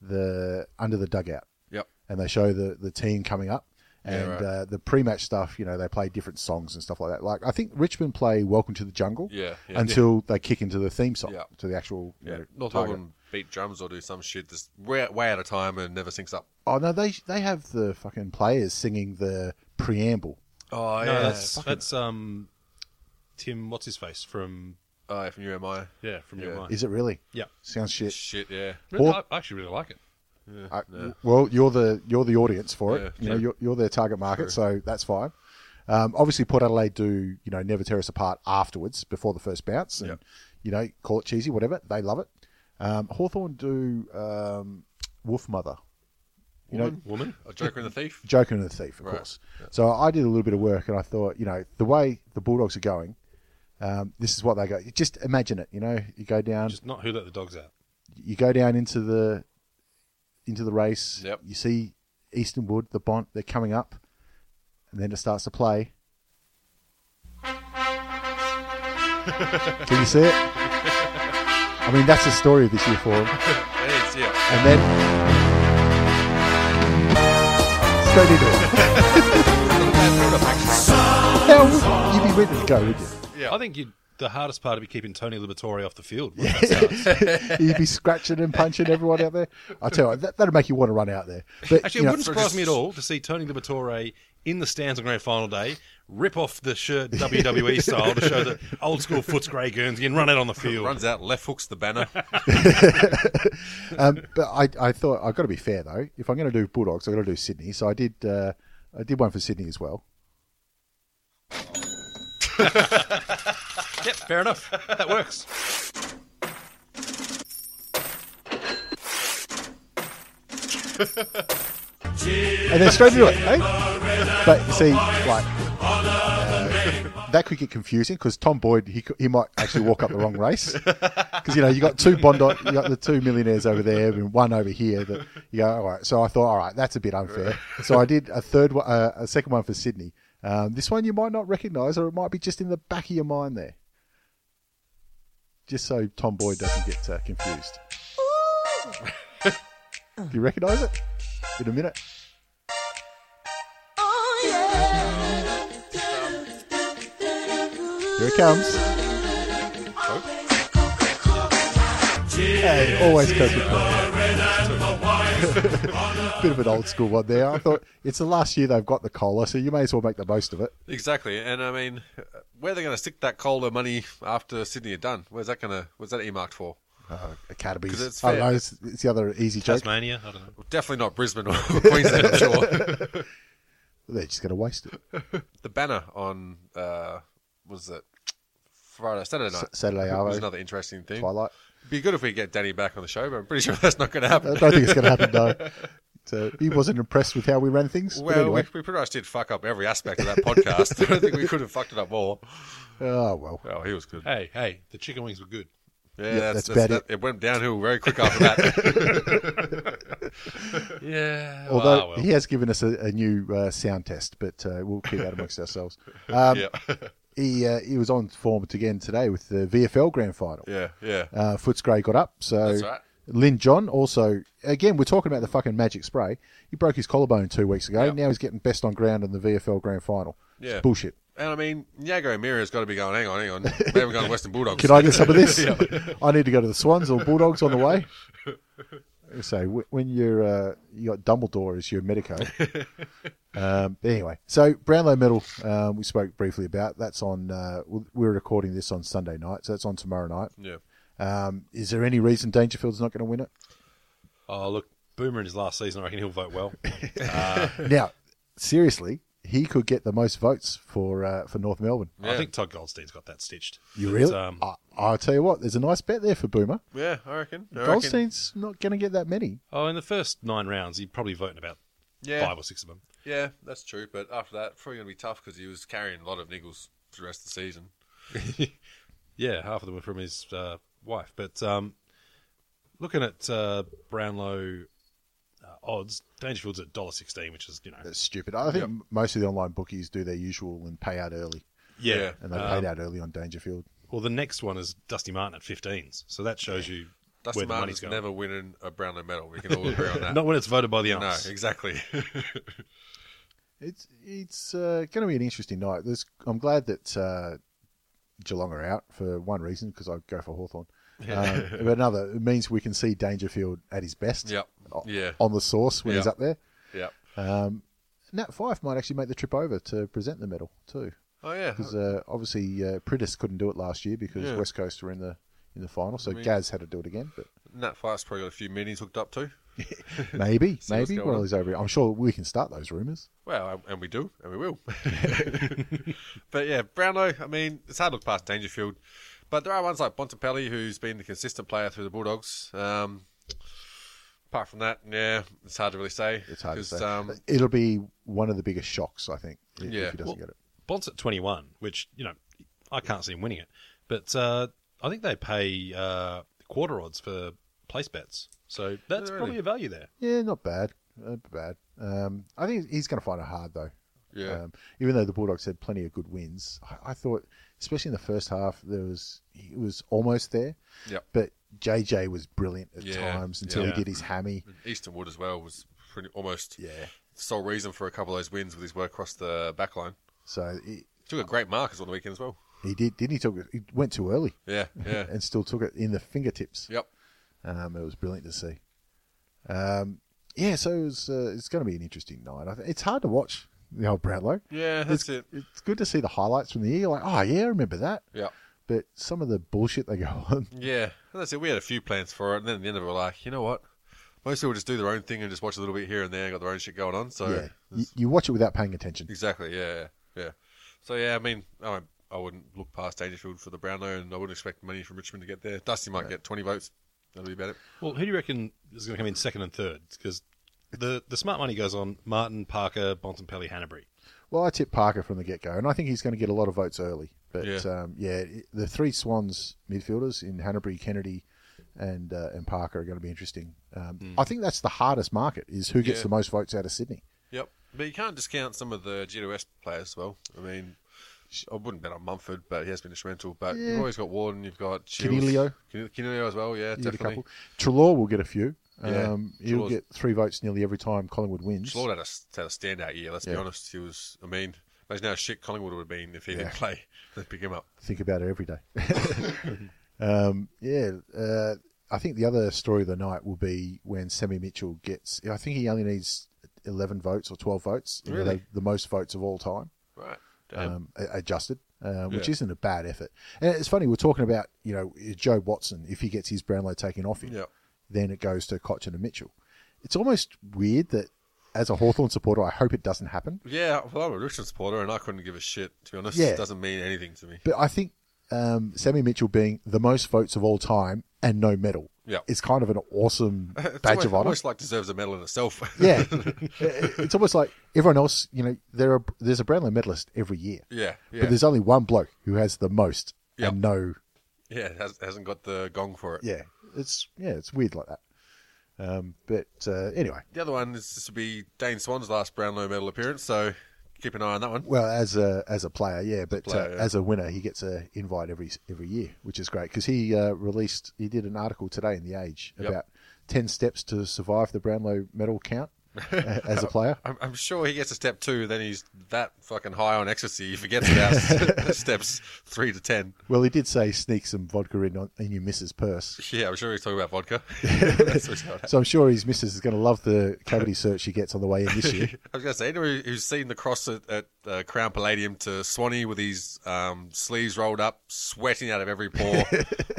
Speaker 2: the under the dugout,
Speaker 4: Yep.
Speaker 2: and they show the the team coming up. And
Speaker 4: right.
Speaker 2: uh, the pre-match stuff, you know, they play different songs and stuff like that. Like I think Richmond play "Welcome to the Jungle"
Speaker 4: Yeah, yeah.
Speaker 2: until they kick into the theme song,
Speaker 4: Yeah.
Speaker 2: to the actual. you
Speaker 4: Yeah.
Speaker 2: know,
Speaker 4: North
Speaker 2: target.
Speaker 4: Melbourne beat drums or do some shit that's way, way out of time and never syncs up.
Speaker 2: Oh no, they they have the fucking players singing the preamble.
Speaker 4: Oh
Speaker 3: no, that's that's um, Tim. What's his face from?
Speaker 4: Oh, yeah, from UMI.
Speaker 3: Yeah, from your
Speaker 4: Yeah.
Speaker 3: mind.
Speaker 2: Is it really?
Speaker 3: Yeah.
Speaker 2: Sounds shit.
Speaker 4: Shit. Yeah.
Speaker 3: Really,
Speaker 2: Or-
Speaker 3: I I actually really like it.
Speaker 2: I- Well, you're the you're the audience for it.
Speaker 4: Yeah,
Speaker 2: you know, you're, you're their target market, so that's fine. Um, obviously, Port Adelaide do you know never tear us apart afterwards before the first bounce, and
Speaker 4: Yep.
Speaker 2: you know call it cheesy, whatever. They love it. Um, Hawthorne do um, Wolf Mother, you know,
Speaker 3: Woman.
Speaker 4: A Joker and the Thief.
Speaker 2: Joker and the Thief, of course. So I did a little bit of work, and I thought, you know, the way the Bulldogs are going, um, this is what they go. Just imagine it, you know, you go down,
Speaker 3: Just not who let the dogs out.
Speaker 2: you go down into the into the race.
Speaker 4: Yep.
Speaker 2: You see Eastern Wood, the Bont, they're coming up, and then it starts to play. Can you see it? I mean, that's the story of this year for him.
Speaker 4: It is, yeah.
Speaker 2: And then. Straight into it. How would you be ready to go, would you?
Speaker 4: Yeah.
Speaker 3: I think you'd, the hardest part would be keeping Tony Liberatore off the field. wouldn't it?
Speaker 2: You'd be scratching and punching everyone out there. I tell you, what, that, that'd make you want to run out there. But,
Speaker 3: Actually,
Speaker 2: you
Speaker 3: it
Speaker 2: know,
Speaker 3: wouldn't surprise me at all to see Tony Liberatore in the stands on grand final day, rip off the shirt WWE style to show that old school Footscray Guernsey and run out on the field.
Speaker 4: Runs out, left hooks the banner.
Speaker 2: um, but I, I thought I've got to be fair though. If I'm going to do Bulldogs, I've got to do Sydney. So I did. Uh, I did one for Sydney as well.
Speaker 3: Yep, fair enough. That works.
Speaker 2: and then straight into it. Eh? But you see, like uh, that could get confusing because Tom Boyd he could- he might actually walk up the wrong race because you know you got two Bondi, you got the two millionaires over there and one over here that you go all right. So I thought all right, that's a bit unfair. So I did a third one, uh, a second one for Sydney. Um, this one you might not recognise, or it might be just in the back of your mind there. Just so Tom Boyd doesn't get uh, confused. Do you recognise it? In a minute. Here it comes. Hey, always goes with Coke. Bit of an old school one there. I thought it's the last year they've got the cola, so you may as well make the most of it.
Speaker 4: exactly. And I mean, where they going to stick that cola money after Sydney are done? Where's that going to? Where's that earmarked for?
Speaker 2: Academies.
Speaker 4: 'Cause it's
Speaker 2: I don't
Speaker 4: fair.
Speaker 2: know, it's, it's the other easy joke.
Speaker 3: Tasmania, I don't know.
Speaker 4: Definitely not Brisbane or Queensland. I'm sure.
Speaker 2: They're just going to waste it.
Speaker 4: The banner on uh, was it Friday, Saturday night,
Speaker 2: Saturday,
Speaker 4: was
Speaker 2: Arvo.
Speaker 4: another interesting thing.
Speaker 2: Twilight.
Speaker 4: It'd be good if we get Danny back on the show, but I'm pretty sure that's not going to
Speaker 2: I
Speaker 4: happen.
Speaker 2: don't think it's going to happen, though. So he wasn't impressed with how we ran things. but
Speaker 4: Well,
Speaker 2: anyway.
Speaker 4: we, we pretty much did fuck up every aspect of that podcast. I don't think we could have fucked it up more.
Speaker 2: oh, well.
Speaker 4: Oh, he was good. Yeah,
Speaker 3: Hey, hey, the chicken wings were good.
Speaker 4: that's,
Speaker 2: that's
Speaker 4: that's,
Speaker 2: about
Speaker 4: that, it went downhill very quick after that. yeah.
Speaker 2: Although
Speaker 3: Ah, well.
Speaker 2: he has given us a, a new uh, sound test, but uh, we'll keep that amongst ourselves. Um,
Speaker 4: yeah.
Speaker 2: he uh, he was on form again today with the VFL Grand Final.
Speaker 4: Yeah. Yeah.
Speaker 2: Uh, Footscray got up, so
Speaker 4: That's right.
Speaker 2: Lynn John also again we're talking about the fucking magic spray. He broke his collarbone two weeks ago. Now he's getting best on ground in the VFL Grand Final. It's
Speaker 4: Yeah.
Speaker 2: bullshit.
Speaker 4: And I mean, Iago Mira's got to be going, hang on, hang on. We haven't gone Western Bulldogs.
Speaker 2: Can I get some of this? I need to go to the Swans or Bulldogs on the way. So wh- when you're uh, you got Dumbledore as your medico. um, anyway, so Brownlow Medal um, we spoke briefly about. That's on. Uh, we- we're recording this on Sunday night, so that's on tomorrow night.
Speaker 4: Yeah.
Speaker 2: Um, is there any reason Dangerfield's not going to win it?
Speaker 3: Oh, look, Boomer in his last season, I reckon he'll vote well.
Speaker 2: Now, seriously, he could get the most votes for uh, for North Melbourne.
Speaker 3: I think Todd Goldstein's got that stitched.
Speaker 2: You
Speaker 3: But,
Speaker 2: really?
Speaker 3: um,
Speaker 2: I, I'll tell you what. There's a nice bet there for Boomer.
Speaker 4: Yeah, I reckon. I reckon-
Speaker 2: Goldstein's not going to get that many.
Speaker 3: oh, in the first nine rounds, he'd probably vote in about
Speaker 4: Yeah.
Speaker 3: five or six of them.
Speaker 4: Yeah, that's true. But after that, probably going to be tough because he was carrying a lot of niggles for the rest of the season.
Speaker 3: Yeah, half of them were from his uh, wife. But um, looking at uh, Brownlow uh, odds, Dangerfield's at dollar sixteen, which is you know,
Speaker 2: That's stupid. I think most of the online bookies do their usual and pay out early,
Speaker 3: yeah. um,
Speaker 2: and they
Speaker 4: Um,
Speaker 2: paid out early on Dangerfield.
Speaker 3: Well, the next one is Dusty Martin at fifteens, so that shows you
Speaker 4: Dusty
Speaker 3: where the money's
Speaker 4: Martin's
Speaker 3: going.
Speaker 4: never winning a Brownlow medal. We can all agree on that.
Speaker 3: Not when it's voted by the
Speaker 4: no,
Speaker 3: umpires.
Speaker 4: exactly.
Speaker 2: It's it's uh, going to be an interesting night. There's, I'm glad that uh, Geelong are out for one reason because I go for Hawthorn. Um, but another, it means we can see Dangerfield at his best.
Speaker 4: Yep.
Speaker 2: o-
Speaker 4: Yeah.
Speaker 2: On the source when he's up
Speaker 4: Yep.
Speaker 2: there. Um,
Speaker 4: yeah.
Speaker 2: Nat Fife might actually make the trip over to present the medal too,
Speaker 4: Oh, yeah.
Speaker 2: because uh, obviously uh, Pritis couldn't do it last year because West Coast were in the in the final, so Gaz had to do it again. But
Speaker 4: Nat Fife's probably got a few meetings hooked up too.
Speaker 2: maybe,
Speaker 4: what's
Speaker 2: maybe
Speaker 4: going
Speaker 2: while
Speaker 4: on.
Speaker 2: he's over, here. I'm sure we can start those rumours.
Speaker 4: Well, and- and we do, and we will. but yeah, Brownlow, I mean, it's hard to look past Dangerfield. But there are ones like Bontempelli, who's been the consistent player through the Bulldogs. Um, apart from that, yeah, it's hard to really say.
Speaker 2: It's hard to
Speaker 4: 'cause,
Speaker 2: say.
Speaker 4: Um,
Speaker 2: It'll be one of the biggest shocks, I think, i- if,
Speaker 4: Yeah.
Speaker 2: he doesn't
Speaker 4: Well-
Speaker 2: get it.
Speaker 3: Bont's at 21, which, you know, I can't see him winning it. But uh, I think they pay uh, quarter odds for place bets. So that's
Speaker 4: Really?
Speaker 3: probably a value there.
Speaker 2: Yeah, not bad, uh, bad. Um, I think he's going to find it hard though.
Speaker 4: Yeah.
Speaker 2: Um, even though the Bulldogs had plenty of good wins, I, I thought, especially in the first half, there was he was almost there.
Speaker 4: Yep.
Speaker 2: But JJ was brilliant at
Speaker 4: Yeah,
Speaker 2: times until
Speaker 4: yeah.
Speaker 2: he did his hammy.
Speaker 4: Eastern Wood as well was pretty almost
Speaker 2: Yeah.
Speaker 4: the sole reason for a couple of those wins with his work across the back line.
Speaker 2: So he,
Speaker 4: Took a great markers on the weekend as well.
Speaker 2: he did, didn't he? Took it, he went too early
Speaker 4: Yeah, yeah.
Speaker 2: and still took it in the fingertips.
Speaker 4: yep.
Speaker 2: Um, it was brilliant to see. Um, yeah, so it was, uh, it's going to be an interesting night. I think it's hard to watch the old Bradlow.
Speaker 4: Yeah, that's
Speaker 2: it's,
Speaker 4: it.
Speaker 2: It's good to see the highlights from the year. Like, oh yeah, I remember that.
Speaker 4: Yep.
Speaker 2: But some of the bullshit they go on.
Speaker 4: Yeah, and that's it. We had a few plans for it, and then at the end of it, we're like, you know what? Most people just do their own thing and just watch a little bit here and there, got their own shit going on. So
Speaker 2: yeah, you, you watch it without paying attention.
Speaker 4: exactly, yeah, yeah, yeah. So yeah, I mean, I, won't- I wouldn't look past Dangerfield for the Brownlow, and I wouldn't expect many from Richmond to get there. Dusty might get twenty votes. That'll be about it.
Speaker 3: Well, who do you reckon is going to come in second and third? Because the, the smart money goes on Martin, Parker, Bontempelli, Hanbury.
Speaker 2: Well, I tip Parker from the get go, and I think he's going to get a lot of votes early. But
Speaker 4: Yeah.
Speaker 2: um, yeah it- the three Swans midfielders in Hanbury, Kennedy, and uh, and Parker are going to be interesting. Um, I think that's the hardest market is who gets
Speaker 4: Hmm. Yeah.
Speaker 2: the most votes out of Sydney.
Speaker 4: Yep. But you can't discount some of the GWS players as well. I mean, sh- I wouldn't bet on Mumford, but he has been instrumental. But
Speaker 2: Yeah.
Speaker 4: you've always got Warden, you've got Shields.
Speaker 2: Canelio.
Speaker 4: Cane- Canelio as well, yeah,
Speaker 2: You get a
Speaker 4: definitely.
Speaker 2: couple. Trelaw will get a few.
Speaker 4: Yeah,
Speaker 2: um, he'll
Speaker 4: Trelaw's-
Speaker 2: get three votes nearly every time Collingwood wins.
Speaker 4: Lord had a, had a standout year. Let's
Speaker 2: Yeah.
Speaker 4: be honest. He was. I mean, imagine how shit Collingwood would have been if he
Speaker 2: Yeah.
Speaker 4: didn't play. Let's pick him up.
Speaker 2: think about it every day. um, yeah, uh, I think the other story of the night will be when Sammy Mitchell gets. I think he only needs eleven votes or twelve votes. You know,
Speaker 4: Really?
Speaker 2: the, the most votes of all time,
Speaker 4: Right. Damn.
Speaker 2: um, a- adjusted, um, which
Speaker 4: Yeah.
Speaker 2: isn't a bad effort. And it's funny we're talking about you know Joe Watson if he gets his Brownlow taken off him,
Speaker 4: Yeah.
Speaker 2: then it goes to Cochin and Mitchell. It's almost weird that as a Hawthorn supporter, I hope it doesn't happen.
Speaker 4: yeah. Well, I'm a Richmond supporter, and I couldn't give a shit. To be honest,
Speaker 2: Yeah.
Speaker 4: it doesn't mean anything to me.
Speaker 2: But I think um, Sammy Mitchell being the most votes of all time and no medal
Speaker 4: Yeah.
Speaker 2: is kind of an awesome
Speaker 4: It's
Speaker 2: badge
Speaker 4: almost,
Speaker 2: of honor.
Speaker 4: almost like deserves a medal in itself.
Speaker 2: Yeah, It- it's almost like everyone else. You know, there are there's a Brownlow medalist every year,
Speaker 4: yeah. Yeah.
Speaker 2: but there's only one bloke who has the most
Speaker 4: Yeah.
Speaker 2: and no.
Speaker 4: yeah. It has, hasn't got the gong for it.
Speaker 2: Yeah, it's yeah, it's weird like that. Um, but uh, anyway,
Speaker 4: The other one is this will be Dane Swan's last Brownlow medal appearance. So keep an eye on that one.
Speaker 2: well, as a as a player, yeah, but
Speaker 4: player,
Speaker 2: uh,
Speaker 4: yeah.
Speaker 2: as a winner, he gets a invite every every year, which is great because he uh, released he did an article today in the Age
Speaker 4: Yep.
Speaker 2: about ten steps to survive the Brownlow medal count a- as a player.
Speaker 4: I'm, I'm sure he gets a step two. Then he's that fucking high on ecstasy, he forgets about steps three to ten.
Speaker 2: Well, he did say sneak some vodka in on, in your missus' purse.
Speaker 4: Yeah, I'm sure he's talking about vodka. That's what he's got.
Speaker 2: So I'm sure his missus is going to love the cavity search she gets on the way in this year.
Speaker 4: I was going to say, anyone who's seen the cross at, at uh, Crown Palladium to Swanee with his um, sleeves rolled up, sweating out of every pore,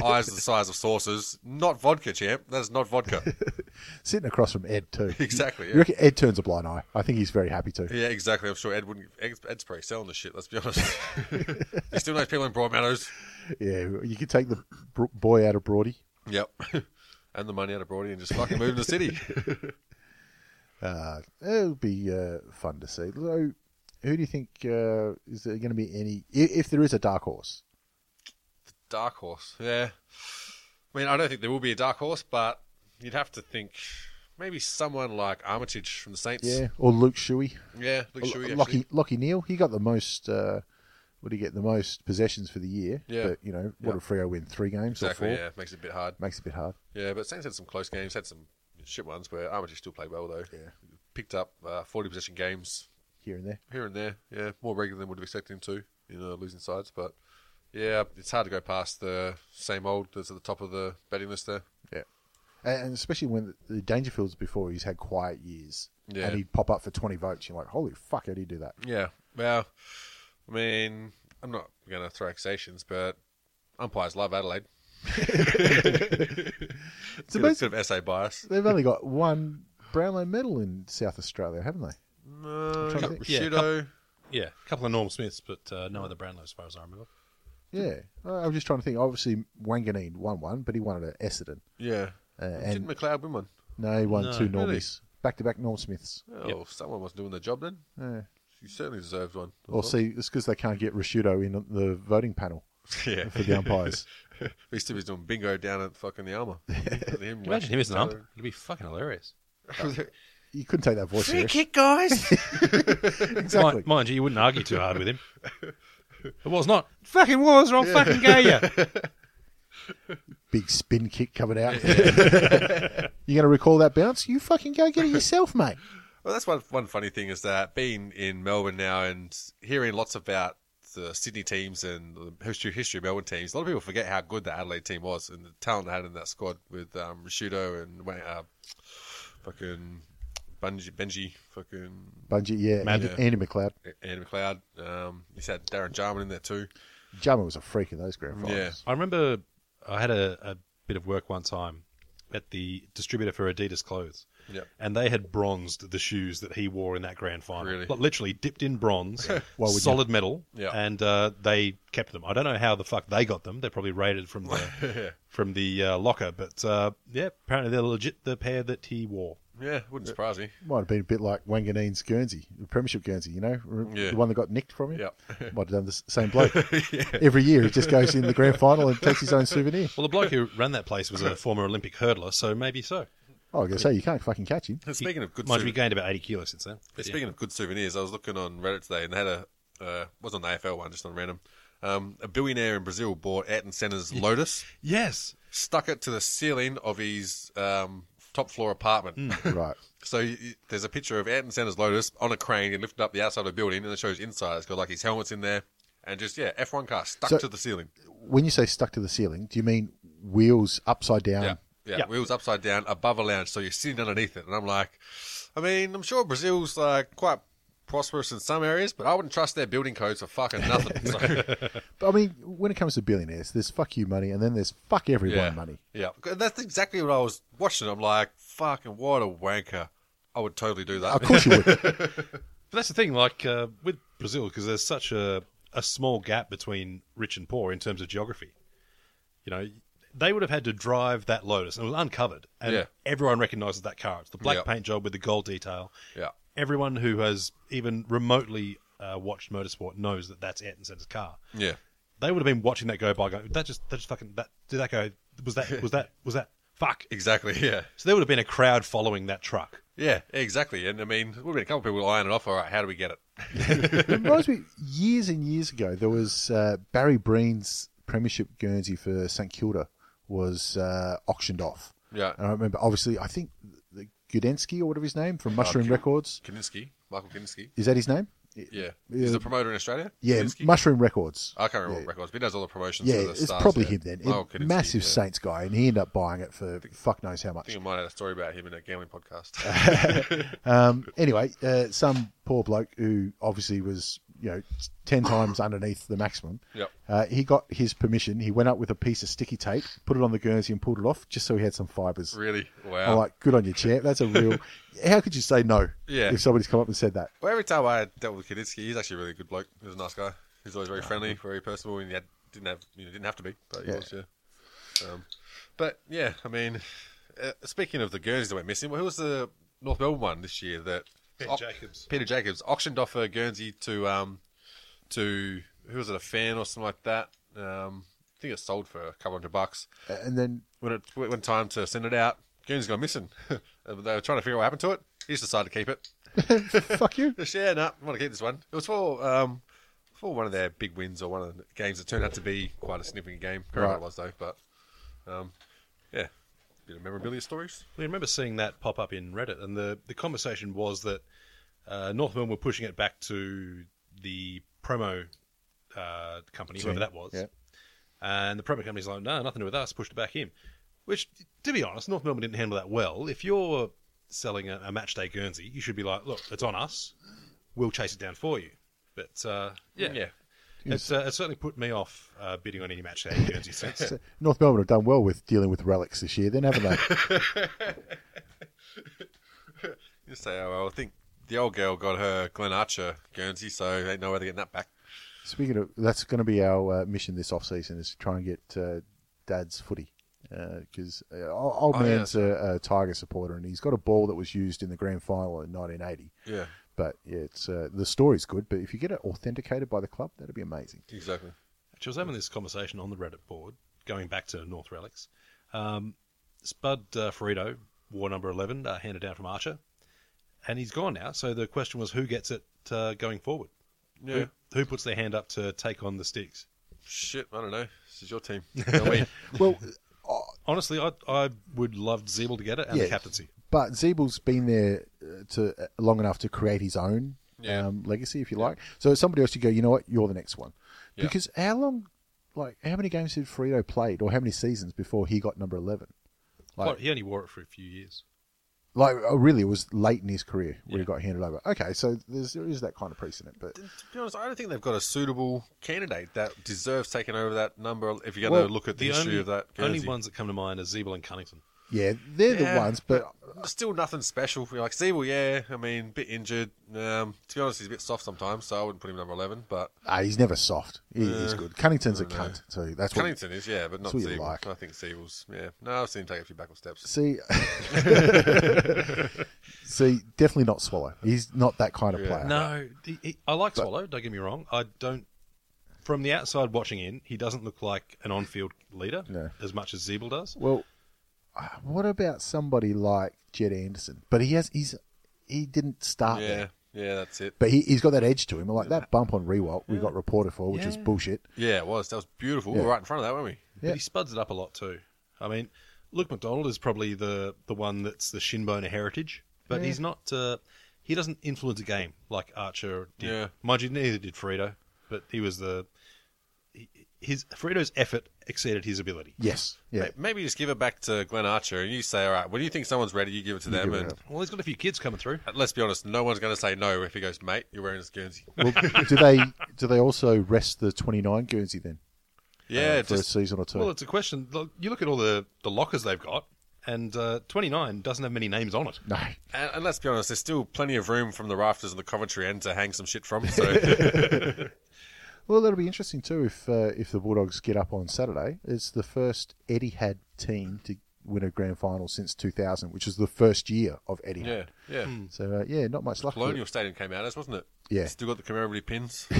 Speaker 4: eyes the size of saucers, not vodka, champ. That is not vodka.
Speaker 2: Sitting across from Ed too.
Speaker 4: Exactly,
Speaker 2: You
Speaker 4: yeah.
Speaker 2: reckon Ed turns a blind eye. I think he's very happy to.
Speaker 4: yeah, exactly. I'm sure Ed wouldn't. Ed's, Ed's probably selling the shit, let's be honest. he still knows people in Broadmeadows.
Speaker 2: Yeah, you could take the bro- boy out of Broady.
Speaker 4: Yep. and the money out of Broadie and just fucking move to the city.
Speaker 2: Uh, it'll be uh, fun to see. Though, who do you think uh, is there going to be any? i- If there is a dark horse,
Speaker 4: Dark horse. Yeah. I mean, I don't think there will be a dark horse, but you'd have to think maybe someone like Armitage from the Saints.
Speaker 2: yeah, or Luke Shuey,
Speaker 4: Yeah. Luke Shuey, actually.
Speaker 2: Lockie Lockie Neal, he got the most. Uh, what did he get? The most possessions for the year.
Speaker 4: Yeah.
Speaker 2: but you know, what did Freo win? Three games
Speaker 4: Exactly.
Speaker 2: or four?
Speaker 4: Yeah, makes it a bit hard.
Speaker 2: Makes it a bit hard.
Speaker 4: Yeah, but Saints had some close games, had some shit ones, but Armitage still played well though.
Speaker 2: Yeah.
Speaker 4: Picked up uh, forty possession games
Speaker 2: here and there.
Speaker 4: here and there. Yeah, more regular than would have expected him to in uh, losing sides, but yeah, it's hard to go past the same old that's at the top of the betting list there.
Speaker 2: Yeah. And, and especially when the, the Dangerfields before he's had quiet years.
Speaker 4: Yeah.
Speaker 2: And he'd pop up for 20 votes. You're like, holy fuck, how do you do that?
Speaker 4: Yeah. Well, I mean, I'm not going to throw accusations, but umpires love Adelaide. it's a bit
Speaker 2: amazing.
Speaker 4: of essay bias.
Speaker 2: They've only got one Brownlow medal in South Australia, haven't they?
Speaker 4: No,
Speaker 2: trying to think.
Speaker 3: Yeah,
Speaker 4: Prosciutto.
Speaker 3: Yeah, a couple of Norm Smiths, but uh, no other Brownlow as far as I remember.
Speaker 2: Yeah. I was just trying to think. Obviously, Wanganeen won one, but he won it at Essendon.
Speaker 4: Yeah.
Speaker 2: Uh,
Speaker 4: Didn't
Speaker 2: and
Speaker 4: McLeod win one?
Speaker 2: no, he won
Speaker 3: No.
Speaker 2: two
Speaker 3: Really?
Speaker 2: normies. Back to back Norm Smiths.
Speaker 4: Oh, someone wasn't doing their job then.
Speaker 2: Yeah.
Speaker 4: You certainly deserved one.
Speaker 2: Or see, it's because they can't get Rashudo in the voting panel
Speaker 4: yeah.
Speaker 2: for the umpires.
Speaker 4: He still was doing bingo down at fucking the armour. Him
Speaker 3: Imagine him as an
Speaker 4: whacking
Speaker 3: ump. It'd be fucking hilarious.
Speaker 4: each other.
Speaker 2: You couldn't take that voice
Speaker 4: Free
Speaker 2: serious.
Speaker 4: kick, guys.
Speaker 2: Exactly.
Speaker 3: Mind, mind you, you wouldn't argue too hard with him. It was not. Fucking was, or I'll fucking go you.
Speaker 2: Big spin kick coming out. you going to recall that bounce? You fucking go get it yourself, mate.
Speaker 4: Well, that's one one funny thing is that being in Melbourne now and hearing lots about the Sydney teams and the history history of Melbourne teams, a lot of people forget how good the Adelaide team was and the talent they had in that squad with um, Rashudo and uh, fucking Benji, Benji, fucking
Speaker 2: Bungie, yeah.
Speaker 3: Madden.
Speaker 2: Andy, Andy McLeod.
Speaker 4: Andy McLeod. Um, he's had Darren Jarman in there too.
Speaker 2: Jarman was a freak in those grand finals.
Speaker 4: Yeah.
Speaker 3: I remember I had a, a bit of work one time at the distributor for Adidas clothes.
Speaker 4: Yep.
Speaker 3: And they had bronzed the shoes that he wore in that grand final.
Speaker 4: Really?
Speaker 3: Like, literally dipped in bronze,
Speaker 2: Why would you?
Speaker 3: solid metal,
Speaker 4: Yeah.
Speaker 3: and uh, they kept them. I don't know how the fuck they got them. They're probably raided from the from the uh, locker, but uh, yeah, apparently they're legit the pair that he wore.
Speaker 4: Yeah, wouldn't surprise me.
Speaker 2: Might have been a bit like Wanganine's Guernsey, the Premiership Guernsey, you know? Re-
Speaker 4: Yeah.
Speaker 2: The one that got nicked from him.
Speaker 4: Yep.
Speaker 2: Might have done the s- same bloke. Every year he just goes in the grand final and takes his own souvenir.
Speaker 3: Well, the bloke who ran that place was a former Olympic hurdler, so maybe so.
Speaker 2: Oh, I was going to say, you can't fucking catch him.
Speaker 4: And speaking of good,
Speaker 3: Mind you, he
Speaker 4: souvenir-
Speaker 3: gained about 80 kilos since then. But yeah.
Speaker 4: speaking of good souvenirs, I was looking on Reddit today and they had a uh, was on the AFL one, just on random. Um, a billionaire in Brazil bought Ayrton Senna's Lotus.
Speaker 3: Yes.
Speaker 4: stuck it to the ceiling of his um, top floor apartment.
Speaker 2: Right.
Speaker 4: So y y- there's a picture of Anton Sanders Lotus on a crane and lifted up the outside of a building, and it shows inside. It's got like his helmet's in there, and just yeah, F1 car stuck
Speaker 2: So-
Speaker 4: to the ceiling.
Speaker 2: When you say stuck to the ceiling, do you mean wheels upside down?
Speaker 4: Yeah, yeah,
Speaker 3: Yeah.
Speaker 4: wheels upside down above a lounge, so you're sitting underneath it. And I'm like, I mean, I'm sure Brazil's like quite prosperous in some areas, but I wouldn't trust their building codes for fucking nothing. So,
Speaker 2: But I mean, when it comes to billionaires, there's fuck you money and then there's fuck everyone
Speaker 4: yeah,
Speaker 2: money.
Speaker 4: Yeah, that's exactly what I was watching. I'm like, fucking what a wanker. I would totally do that.
Speaker 2: Of course you would.
Speaker 3: But that's the thing, like uh, with Brazil, because there's such a, a small gap between rich and poor in terms of geography. You know, they would have had to drive that Lotus, and it was uncovered, and
Speaker 4: Yeah.
Speaker 3: everyone recognises that car. It's the black
Speaker 4: Yeah.
Speaker 3: paint job with the gold detail.
Speaker 4: Yeah.
Speaker 3: Everyone who has even remotely uh, watched motorsport knows that that's Ayrton Senna's car.
Speaker 4: yeah.
Speaker 3: They would have been watching that go by, going, "That just, that just fucking, that did that go? Was that, was that, was that? Fuck!"
Speaker 4: Exactly. Yeah.
Speaker 3: So there would have been a crowd following that truck.
Speaker 4: Yeah. Exactly. And I mean, we've been a couple of people eyeing it off. All right, how do we get it?
Speaker 2: It reminds me, years and years ago, there was uh, Barry Breen's Premiership Guernsey for St Kilda was uh, auctioned off.
Speaker 4: Yeah.
Speaker 2: And I remember, obviously, I think the Gudensky or whatever his name from Mushroom Records
Speaker 4: Kaninsky, Michael Kaninsky.
Speaker 2: is that his name?
Speaker 4: Yeah. He's a promoter in Australia.
Speaker 2: Yeah,
Speaker 4: Kaninsky?
Speaker 2: Mushroom Records.
Speaker 4: I can't remember what records, but he does all the promotions.
Speaker 2: Yeah,
Speaker 4: for Oh, the
Speaker 2: it's
Speaker 4: stars,
Speaker 2: probably
Speaker 4: yeah.
Speaker 2: him then.
Speaker 4: Michael Kaninsky,
Speaker 2: Massive
Speaker 4: yeah.
Speaker 2: Saints guy, and he ended up buying it for fuck knows how
Speaker 4: I
Speaker 2: much.
Speaker 4: think I might have had a story about him in a gambling podcast.
Speaker 2: Um, anyway, uh, some poor bloke who obviously was, you know, ten times underneath the maximum.
Speaker 4: Yep.
Speaker 2: Uh, he got his permission. He went up with a piece of sticky tape, put it on the Guernsey, and pulled it off just so he had some fibres.
Speaker 4: really?
Speaker 2: I'm
Speaker 4: Wow.
Speaker 2: like, good on you, champ. That's a real. How could you say no?
Speaker 4: Yeah.
Speaker 2: If somebody's come up and said that,
Speaker 4: well, every time I dealt with Kaninsky, he's actually a really good bloke. He was a nice guy. He's always very friendly, very personable, and he had, didn't have you know, didn't have to be, but he
Speaker 2: Ah, Yeah.
Speaker 4: was. Yeah. Um, but yeah, I mean, uh, speaking of the Guernseys that went missing, well, who was the North Melbourne one this year that Oh,
Speaker 3: Peter
Speaker 4: Au-
Speaker 3: Jacobs.
Speaker 4: Peter Jacobs auctioned off a Guernsey to um to who was it a fan or something like that. Um, I think it sold for a couple hundred bucks.
Speaker 2: and then
Speaker 4: When it when it went time to send it out, Guernsey's gone missing. Uh, they were trying to figure out what happened to it. He just decided to keep it.
Speaker 2: fuck you.
Speaker 4: Just, yeah, no, I want to keep this one. It was for um for one of their big wins or one of the games that turned out to be quite a significant game. I remember
Speaker 2: Right.
Speaker 4: what it was though, but um yeah, bit of memorabilia stories.
Speaker 3: I remember seeing that pop up in Reddit, and the, the conversation was that uh, Northman were pushing it back to the promo uh, company, whoever that was.
Speaker 2: Yeah.
Speaker 3: And the promo company's like, no, nothing to do with us, pushed it back in. Which, to be honest, North Melbourne didn't handle that well. If you're selling a, a match day Guernsey, you should be like, look, it's on us. We'll chase it down for you. But uh, yeah,
Speaker 4: Yeah.
Speaker 3: It's, uh, it certainly put me off uh, bidding on any match day Guernsey since.
Speaker 2: So North Melbourne have done well with dealing with relics this year, then haven't they?
Speaker 4: You say, oh, well, I think the old girl got her Glen Archer Guernsey, so ain't no way to get that back.
Speaker 2: Speaking of, that's going to be our uh, mission this off season is to try and get uh, Dad's footy because uh, o- old
Speaker 4: Oh, yeah,
Speaker 2: man's a, a Tiger supporter and he's got a ball that was used in the grand final in 1980.
Speaker 4: Yeah,
Speaker 2: But yeah, it's uh, the story's good. But if you get it authenticated by the club, that'd be amazing.
Speaker 4: exactly.
Speaker 3: Actually, I was having this conversation on the Reddit board, going back to North Relics. Um, Spud uh, Ferrito, War Number 11, uh, handed down from Archer. and he's gone now. So the question was, who gets it uh, going forward?
Speaker 4: Yeah.
Speaker 3: Who, who puts their hand up to take on the sticks?
Speaker 4: Shit, I don't know. This is your team. Not me.
Speaker 2: Well,
Speaker 3: Honestly, I I would love Zebul to get it and
Speaker 2: Yeah.
Speaker 3: the captaincy.
Speaker 2: but Zeebel's been there uh, to uh, long enough to create his own
Speaker 4: Yeah.
Speaker 2: um, legacy, if you like. So somebody else could go, you know what, you're the next one,
Speaker 4: Yeah.
Speaker 2: because how long, like, how many games had Frito played, or how many seasons before he got number eleven? Like-
Speaker 3: Well, he only wore it for a few years.
Speaker 2: Like, oh, really, it was late in his career where he got handed over. Okay, so there's, there is that kind of precedent, but
Speaker 4: to be honest, I don't think they've got a suitable candidate that deserves taking over that number. If you're
Speaker 2: Well,
Speaker 4: going to look at the,
Speaker 3: The
Speaker 4: history
Speaker 3: only,
Speaker 4: of that,
Speaker 3: only
Speaker 4: Guernsey.
Speaker 3: ones that come to mind are Zebul and Cunnington.
Speaker 2: yeah, they're
Speaker 4: Yeah,
Speaker 2: the ones. But
Speaker 4: still nothing special. You're like Siebel, yeah. I mean, bit injured. Um, to be honest, he's a bit soft sometimes, so I wouldn't put him number eleven. But
Speaker 2: ah, he's never soft. He, he's good. Cunnington's a cunt too. That's what.
Speaker 4: Cunnington is, yeah, but not
Speaker 2: that's what you
Speaker 4: Siebel.
Speaker 2: like.
Speaker 4: I think Siebel's, yeah. No, I've seen him take a few backward steps.
Speaker 2: See, see, definitely not Swallow. He's not that kind of player.
Speaker 3: No, he, he, I like Swallow. Don't get me wrong. I don't. From the outside watching in, he doesn't look like an on-field leader
Speaker 2: No.
Speaker 3: as much as Zebul does.
Speaker 2: Well, uh, what about somebody like Jed Anderson? But he has he's he didn't start
Speaker 4: Yeah,
Speaker 2: there,
Speaker 4: yeah, that's it.
Speaker 2: but he, he's got that edge to him. Like that bump on Rewalt we got reported for, which is
Speaker 3: Yeah.
Speaker 2: bullshit.
Speaker 4: Yeah, it was. That was beautiful. We were right in front of that, weren't we?
Speaker 2: Yeah.
Speaker 3: But he spuds it up a lot too. I mean, Luke McDonald is probably the the one that's the shinbone of heritage, but he's not. Uh, he doesn't influence a game like Archer did.
Speaker 4: Yeah.
Speaker 3: Mind you, neither did Frito, but he was the. he- His Frito's effort exceeded his ability.
Speaker 2: Yes, yeah,
Speaker 4: May- Maybe just give it back to Glenn Archer and you say, all right, when you think someone's ready, you give it to them.
Speaker 2: give it
Speaker 4: and
Speaker 2: up.
Speaker 3: Well, he's got a few kids coming through.
Speaker 4: and let's be honest, no one's going to say no if he goes, mate, you're wearing this Guernsey.
Speaker 2: well, do they do they also rest the twenty nine Guernsey then
Speaker 4: Yeah,
Speaker 2: for a
Speaker 4: just
Speaker 2: season or two?
Speaker 3: Well, it's a question. Look, You look at all the, the lockers they've got, and uh, 29 doesn't have many names on it.
Speaker 2: no,
Speaker 4: and, and let's be honest, there's still plenty of room from the rafters and the Coventry end to hang some shit from. So
Speaker 2: well that'll be interesting too if uh, if the Bulldogs get up on Saturday. It's the first Eddie had team to win a grand final since two thousand, which is the first year of Eddie.
Speaker 4: yeah, yeah.
Speaker 2: So uh, yeah, not much luck. to it.
Speaker 4: Colonial Stadium came out as wasn't it?
Speaker 2: Yeah.
Speaker 4: Still got the commemorative pins.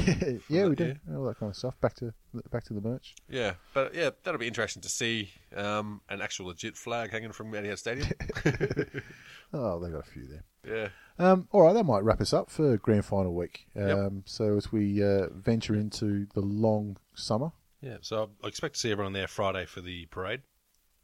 Speaker 2: yeah, we do all that kind of stuff. Back to back to the merch.
Speaker 4: yeah, but yeah, that'll be interesting to see um, an actual legit flag hanging from Etihad Stadium.
Speaker 2: Oh, they got a few there.
Speaker 4: yeah.
Speaker 2: Um, all right, that might wrap us up for grand final week. Um,
Speaker 4: Yep.
Speaker 2: So as we uh, venture into the long summer
Speaker 3: Yeah, so I expect to see everyone there Friday for the parade,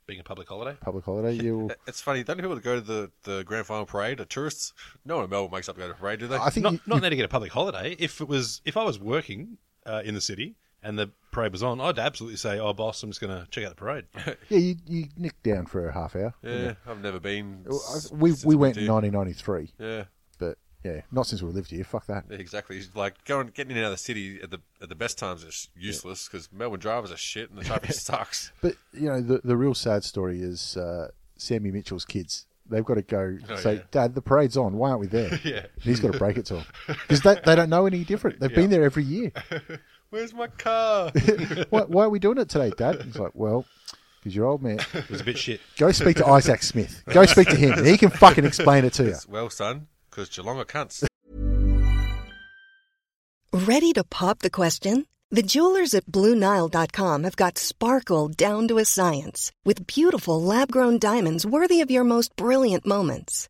Speaker 3: being a public holiday.
Speaker 2: public holiday, you'll.
Speaker 4: It's funny, the only people that go to the, the grand final parade are tourists. No one in Melbourne makes up to go to the parade, do they?
Speaker 2: I think
Speaker 3: Not,
Speaker 2: you-
Speaker 3: not there to get a public holiday. If it was, if I was working uh, in the city and the parade was on, I'd absolutely say, "Oh, boss, I'm just going to check out the parade."
Speaker 2: yeah, you, you nicked down for a half hour.
Speaker 4: yeah, I've never been. s-
Speaker 2: I- We
Speaker 4: since
Speaker 2: we
Speaker 4: I've
Speaker 2: went
Speaker 4: been
Speaker 2: in
Speaker 4: to-
Speaker 2: 1993,
Speaker 4: Yeah.
Speaker 2: but yeah, not since we lived here. Fuck that.
Speaker 4: Yeah, Exactly. It's like going getting in and out of the city at the at the best times is useless because Melbourne drivers are shit and the traffic sucks.
Speaker 2: But you know, the the real sad story is uh, Sammy Mitchell's kids. They've got to go
Speaker 4: Oh,
Speaker 2: say,
Speaker 4: yeah.
Speaker 2: Dad, the parade's on. Why aren't we there?
Speaker 3: Yeah.
Speaker 2: And he's got to break it to them because they, they don't know any different. They've been there every year.
Speaker 4: Where's my car?
Speaker 2: why, why are we doing it today, Dad? He's like, well, because you're old man.
Speaker 3: It was a bit shit.
Speaker 2: Go speak to Isaac Smith. Go speak to him. He can fucking explain it to you.
Speaker 4: well, son, because Geelong are cunts.
Speaker 5: Ready to pop the question? The jewelers at BlueNile.com have got sparkle down to a science with beautiful lab grown diamonds worthy of your most brilliant moments.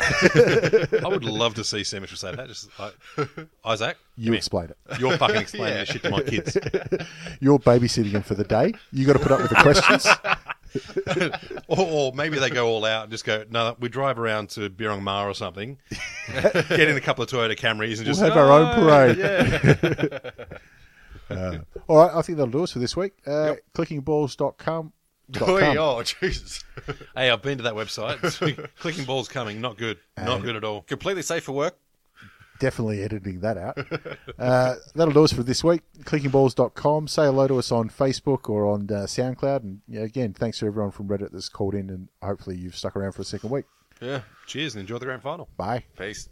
Speaker 3: I would love to see Sam Mitchell say that. Just like, Isaac,
Speaker 2: You explain it.
Speaker 3: you're fucking explaining this shit to my kids.
Speaker 2: You're babysitting him for the day. You got to put up with the questions.
Speaker 3: Or, or maybe they go all out and just go, no, we drive around to Birong Ma or something, get in a couple of Toyota Camrys
Speaker 2: We'll
Speaker 3: and just
Speaker 2: have our own
Speaker 3: "No."
Speaker 2: parade. Uh, All right, I think that'll do us for this week. Uh, Clickingballs.com.
Speaker 3: Oi, oh, Jesus.
Speaker 4: Hey, I've been to that website. Clicking balls coming. Not good. Not good at all.
Speaker 3: Completely safe for work.
Speaker 2: Definitely editing that out. Uh, that'll do us for this week. Clickingballs.com. Say hello to us on Facebook or on uh, SoundCloud. And yeah, again, thanks to everyone from Reddit that's called in, and hopefully you've stuck around for a second week.
Speaker 4: Yeah. Cheers and enjoy the grand final.
Speaker 2: Bye.
Speaker 3: Peace.